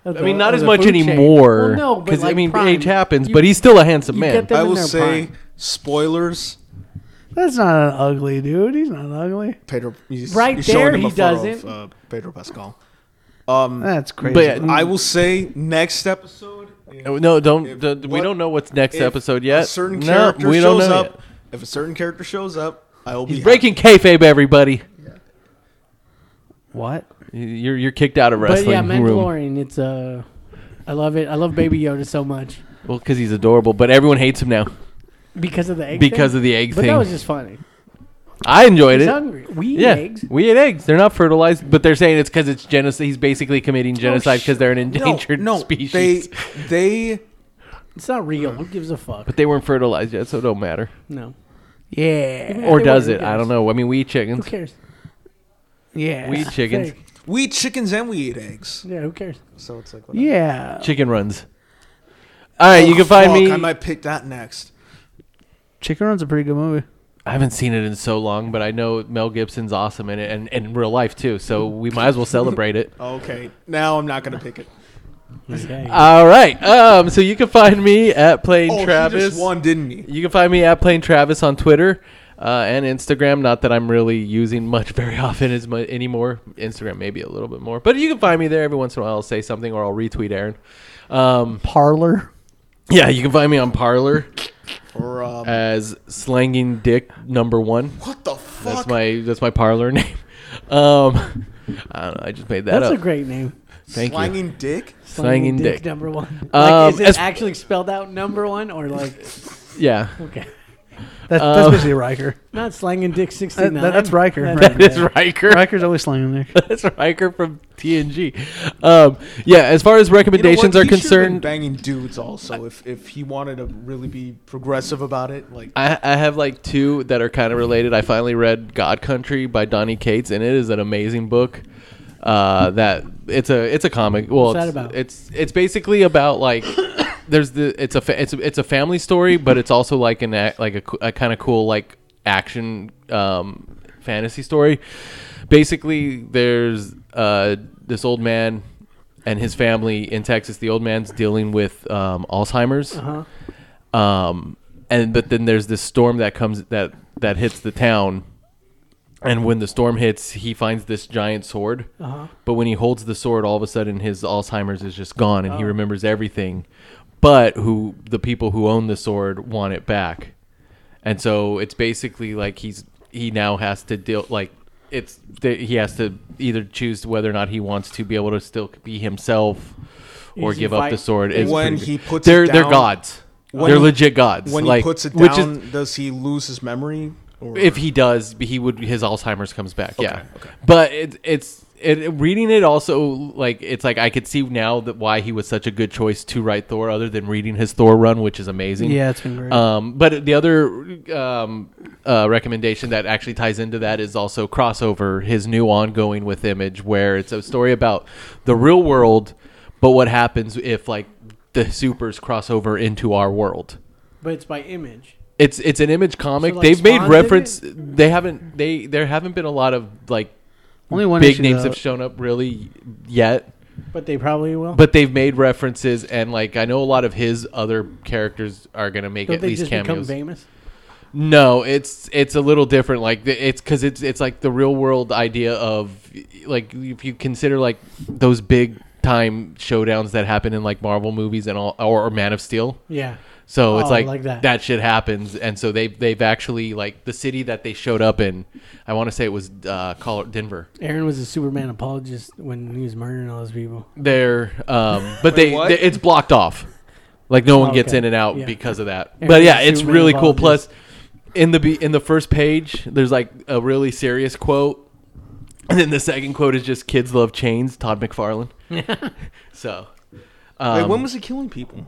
S2: of
S5: I
S2: the-
S5: mean, not
S2: of
S5: as
S2: the
S5: much
S2: food chain.
S5: anymore.
S2: Well, no, but
S5: because I
S2: like
S5: mean,
S2: prime,
S5: age happens,
S2: you-
S5: but he's still a handsome
S2: you
S5: man.
S2: get them
S7: I
S2: in
S7: will
S2: their
S7: say
S2: prime.
S7: spoilers.
S4: That's not an ugly dude. He's not ugly.
S7: Pedro, he's,
S2: Right
S7: he's showing
S2: there,
S7: him a
S2: he
S7: photo
S2: doesn't. Eh,
S7: Of, uh, Pedro Pascal. Um,
S4: That's crazy.
S5: But
S7: I
S2: mm.
S7: will say next episode. is-
S5: No, no, don't.
S7: If
S5: don't- we
S7: what-
S5: don't know what's next
S7: if
S5: episode yet.
S7: A certain
S5: No,
S7: character
S5: we don't
S7: shows
S5: know
S7: up.
S5: yet.
S7: If a certain character shows up, I will be
S5: He's breaking kayfabe, everybody.
S4: what?
S5: You're you're kicked out of
S2: But
S5: wrestling
S2: yeah,
S5: room.
S2: Mandalorian. It's uh, I love it. I love Baby Yoda so much
S5: Well, because he's adorable, but everyone hates him now
S2: because of the egg.
S5: because
S2: thing.
S5: of the egg
S2: but
S5: thing.
S2: that was just funny.
S5: I enjoyed
S2: He's
S5: it.
S2: hungry. We eat
S5: yeah,
S2: eggs.
S5: we ate eggs. They're not fertilized, but they're saying it's because it's genocide. He's basically committing genocide because they're an endangered species.
S7: They, they
S2: It's not real. Who gives a fuck?
S5: but they weren't fertilized yet, so it don't matter.
S2: No.
S4: Yeah.
S2: Even if
S5: Or
S2: they
S5: does
S2: were,
S5: it?
S2: who
S5: I don't
S2: cares?
S5: know. I mean, we eat
S2: Who
S5: chickens.
S2: cares?
S4: Yeah.
S5: We eat chickens.
S2: Fake.
S7: we eat chickens and we eat eggs.
S2: Yeah. Who cares?
S7: So it's like whatever.
S4: yeah.
S5: Chicken runs. All right, you can find
S7: Oh, Fuck,
S5: me.
S7: I
S5: I,
S7: might pick that next.
S4: Chicken Run's a pretty good movie.
S5: haven't seen it in so long, but I know Mel Gibson's awesome in it, and, and in real life too. So we might as well celebrate it.
S7: Okay, now I'm not gonna pick it.
S2: Okay.
S5: All right. Um. So you can find me at Plain
S7: Oh,
S5: Travis.
S7: he just won, didn't he?
S5: You can find me at Plain Travis on Twitter uh, and Instagram. Not that I'm really using much very often as much anymore. Instagram maybe a little bit more, but you can find me there every once in a while. I'll say something or I'll retweet Aaron. Um,
S4: Parlor.
S5: yeah, you can find me on Parlor Uh,
S7: Or um,
S5: as slanging dick number one.
S7: what the fuck?
S5: That's my that's my Parlor name. Um, I don't know. I just made that
S2: That's
S5: up.
S2: a great name.
S5: Thank you.
S7: slanging dick.
S5: Slanging dick.
S2: number one. Like,
S5: Um,
S2: is it
S5: as-
S2: actually spelled out number one or like
S5: Yeah,
S2: okay?
S4: That's,
S5: Um,
S4: that's basically Riker.
S2: Not slanging dick sixty nine.
S4: That- that's Riker,
S5: that is Riker.
S4: Riker's always slinging there.
S5: That's Riker from TNG. Um, yeah, as far as
S7: You know what?
S5: recommendations
S7: He
S5: are
S7: should've been
S5: concerned,
S7: banging dudes also. If if he wanted to really be progressive about it, like
S5: I, I have like two that are kind of related. I finally read God Country by Donnie Cates, and it is an amazing book. Uh, that it's a it's a comic. Well,
S2: What's that
S5: it's,
S2: about?
S5: it's it's basically about like there's the it's a fa- it's a, it's a family story, but it's also like an ac- like a, co- a kind of cool like action um, fantasy story. Basically, there's uh, this old man and his family in Texas. The old man's dealing with um,
S2: Uh-huh.
S5: Alzheimer's um, and but then there's this storm that comes that that hits the town and when the storm hits he finds this giant sword but when he holds the sword all of a sudden his alzheimer's is just gone and he remembers everything but who the people who own the sword want it back and so it's basically like he's he now has to deal like it's th- he has to either choose whether or not he wants to be able to still be himself or
S2: Easy
S5: give up
S2: fight.
S5: the sword It's
S7: When
S5: pretty-
S7: he puts it
S5: they're they're
S7: down-
S5: gods
S7: When
S5: they're
S7: he-
S5: legit gods
S7: when
S5: like,
S7: he puts it down,
S5: which is-
S7: does he lose his memory? Or?
S5: if he does, he would his Alzheimer's comes back. yeah, but it, it's it, reading it also like it's like I could see now that why he was such a good choice to write Thor, other than reading his Thor run, which is amazing.
S4: Yeah, it's been great.
S5: Um, but the other um, uh, recommendation that actually ties into that is also crossover his new ongoing with Image, where it's a story about the real world, but what happens if like the supers cross over into our world
S2: But it's by image.
S5: it's it's an image comic.
S2: like,
S5: They've made
S2: Spawn did
S5: reference. They haven't. They there haven't been a lot of like
S4: Only one
S5: big
S4: issue,
S5: names
S4: though.
S5: have shown up really yet.
S2: But they probably will.
S5: But they've made references, and like I know a lot of his other characters are gonna make
S2: don't
S5: at
S2: they
S5: least
S2: just become
S5: cameos.
S2: famous?
S5: No, it's it's a little different. Like th- it's because it's it's like the real world idea of like if you consider like those big time showdowns that happen in like Marvel movies and all or, or Man of Steel.
S2: Yeah.
S5: So it's
S2: Oh,
S5: like,
S2: like
S5: that.
S2: that.
S5: shit happens, and so they've they've actually like the city that they showed up in. I want to say it was uh, call it Denver.
S2: Aaron was a Superman apologist when he was murdering all those people.
S5: They're um, but they,
S7: what?
S5: they- it's blocked off, like no one gets
S2: okay.
S5: in and out
S2: Yeah.
S5: because of that.
S2: And
S5: but
S2: the
S5: yeah, it's
S2: Superman
S5: really cool. Plus,
S2: apologist.
S5: in the be- in the first page, there's like a really serious quote, and then the second quote is just "Kids love chains." Todd McFarlane. so. Um,
S7: Wait, when was he killing people?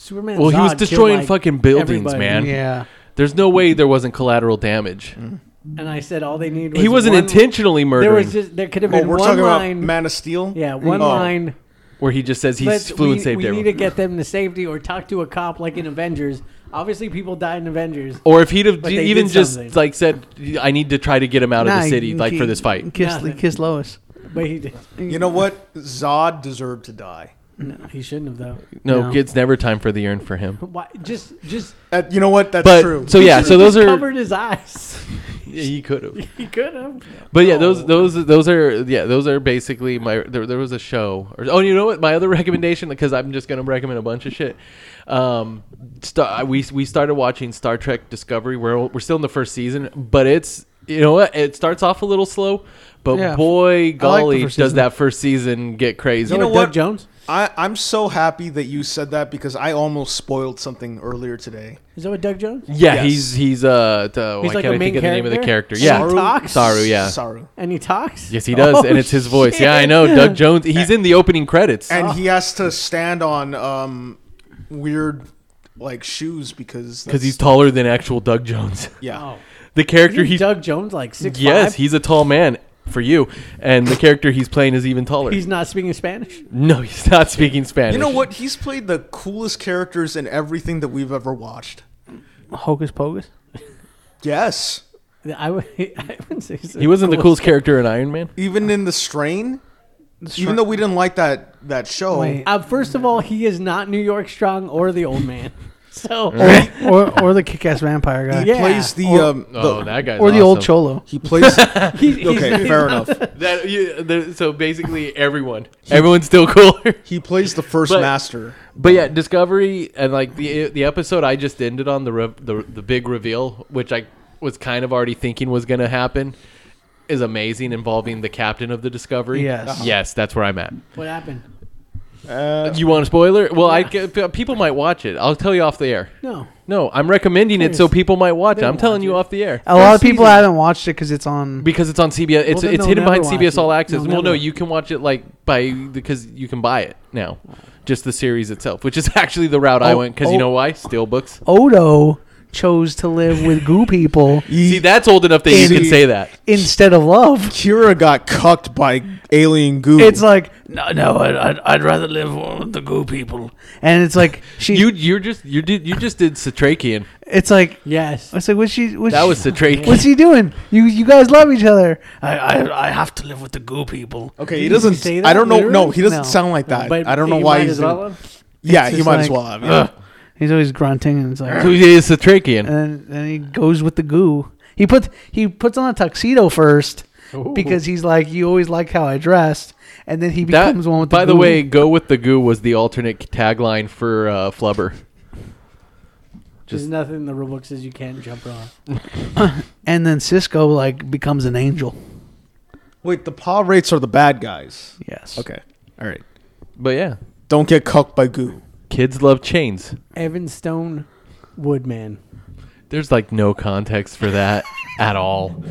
S2: Superman.
S5: well, he was
S2: Zod killed,
S5: destroying
S2: like,
S5: fucking buildings,
S2: everybody.
S5: man.
S4: Yeah.
S5: There's no way there wasn't collateral damage.
S7: Mm.
S2: And I said all they need. Was
S5: he wasn't
S2: one-
S5: intentionally murdering.
S2: There was just there could have
S7: Oh,
S2: been
S7: we're
S2: one
S7: talking
S2: line.
S7: about Man of Steel.
S2: yeah, one
S7: Oh.
S2: line.
S5: where he just says he
S2: Let's-
S5: flew and
S2: we-
S5: saved
S2: we
S5: everyone.
S2: need to get them to safety or talk to a cop like in Avengers. Obviously, people die in Avengers.
S5: or if he'd have
S2: But they
S5: even
S2: did
S5: just
S2: something.
S5: like said, I need to try to get him out of the city, like for this fight.
S4: Kiss,
S2: Nothing.
S4: kiss Lois.
S2: But he did.
S7: You know what? Zod deserved to die.
S2: No, he shouldn't have though.
S5: No, it's never time for the urn for him.
S2: Why, just, just.
S7: Uh, you know what? That's
S5: But
S7: true.
S5: so yeah, so those
S2: just
S5: are
S2: covered his eyes.
S5: yeah, he could have.
S2: He could have.
S5: But yeah, those those those are yeah, those are basically my there, there was a show. Or, oh, you know what? My other recommendation because I'm just going to recommend a bunch of shit. Um sta- we we started watching Star Trek Discovery. We're we're still in the first season, but it's you know what? It starts off a little slow, but
S4: Yeah.
S5: boy golly,
S4: first
S5: does
S4: season.
S5: that first season get crazy.
S7: You know
S2: Doug
S7: what?
S2: Jones.
S7: I, I'm so happy that you said that because I almost spoiled something earlier today.
S2: Is that what Doug Jones?
S5: yeah,
S7: Yes.
S5: he's he's uh t- oh,
S2: He's
S5: I
S2: like
S5: can't
S2: a
S5: I think
S2: main
S5: of the name of the character.
S2: character?
S5: Yeah.
S2: Saru? Talks?
S5: Saru, yeah.
S7: Saru.
S2: And he talks.
S5: Yes, he does,
S2: Oh,
S5: and it's his voice. Yeah, I
S2: shit.
S5: know. Doug Jones. He's in the opening credits.
S7: And he has to stand on um, weird like shoes
S5: because
S7: because that's-
S5: he's taller than actual Doug Jones.
S7: yeah.
S2: Oh.
S5: The character
S2: Isn't
S5: he's
S2: Doug Jones like six.
S5: yes,
S2: five?
S5: he's a tall man for you, and the character he's playing is even taller.
S2: he's not speaking Spanish.
S5: no, he's not speaking Spanish.
S7: You know what? He's played the coolest characters in everything that we've ever watched.
S4: Hocus pocus.
S7: Yes.
S2: I would. I wouldn't say he's
S5: He wasn't the coolest character in Iron Man.
S7: Even in The Strain, even though we didn't like that that show.
S4: Wait.
S2: Uh, first of all, he is not New York Strong or the old man. So
S4: or or the kick-ass vampire guy.
S7: He
S2: Yeah.
S7: plays the um the,
S5: Oh, that guy.
S4: Or the old cholo.
S7: he plays
S2: he- he's
S7: okay, fair enough.
S5: That, you, the, so basically, everyone, everyone's still cooler.
S7: He plays the first
S5: But-
S7: master.
S5: But yeah, Discovery and like the the episode I just ended on the re- the the big reveal, which I was kind of already thinking was going to happen, is amazing involving the captain of the Discovery.
S4: Yes.
S5: yes, that's where I'm at.
S2: What happened?
S5: You want a spoiler? Well, I c- people might watch it. I'll tell you off the air.
S2: No.
S5: No, I'm recommending it so
S2: Please.
S5: people might watch it.
S2: They
S5: I'm
S2: don't
S5: telling
S2: watch
S5: you
S2: it.
S5: off the air
S4: A lot of people
S2: season.
S4: haven't watched it because it's on.
S5: because it's on CBS. It's
S2: then
S5: it's
S2: they'll
S5: hidden
S2: never
S5: behind
S2: watch
S5: CBS
S2: it.
S5: All Access.
S2: They'll
S5: well, no,
S2: never.
S5: you can watch it like by because you can buy it now. Just the series itself, which is actually the route I
S4: Oh,
S5: went because you
S4: oh.
S5: know why? Steel books.
S4: Odo chose to live with goo people
S5: See, that's old enough that you
S7: See-
S5: can say that.
S4: instead of love.
S7: Kira got cucked by alien goo.
S4: It's like no, no, I'd, I'd, I'd rather live with the goo people. And it's like she.
S5: You you're just you did you just did Satrakian.
S4: it's like
S2: Yes.
S4: it's like what's she? What's
S5: That
S4: she-
S5: was
S4: What's
S5: Satrakian.
S4: he doing? You you guys love each other. I I, I have to live with the goo people.
S7: okay,
S2: Did
S7: he
S2: he
S7: doesn't.
S2: say
S7: I
S2: that
S7: don't know. No,
S2: literally?
S7: he doesn't
S4: No.
S7: sound like that.
S2: But
S7: I don't know
S2: he
S7: why
S2: might
S7: he's.
S2: as well have.
S7: yeah,
S4: It's
S7: he
S4: just
S7: might as
S4: like,
S7: well. Have, yeah.
S4: ugh. He's always grunting and it's like,
S5: So
S4: and
S5: he is Satrakian.
S4: then, then he goes with the goo. He puts he puts on a tuxedo first Uh, because he's like, you always like how I dressed, and then he
S5: That,
S4: becomes one with.
S5: by
S4: the
S5: the
S4: goo.
S5: way, "Go with the Goo" was the alternate tagline for uh, Flubber.
S2: There's nothing in the rule book says you can't jump wrong.
S4: and then Cisco like becomes an angel.
S7: Wait, the paw rates are the bad guys.
S4: Yes.
S7: Okay, all right.
S5: But yeah,
S7: Don't get cucked by goo.
S5: kids love chains.
S2: Evan Stone, Woodman.
S5: There's like no context for that at all.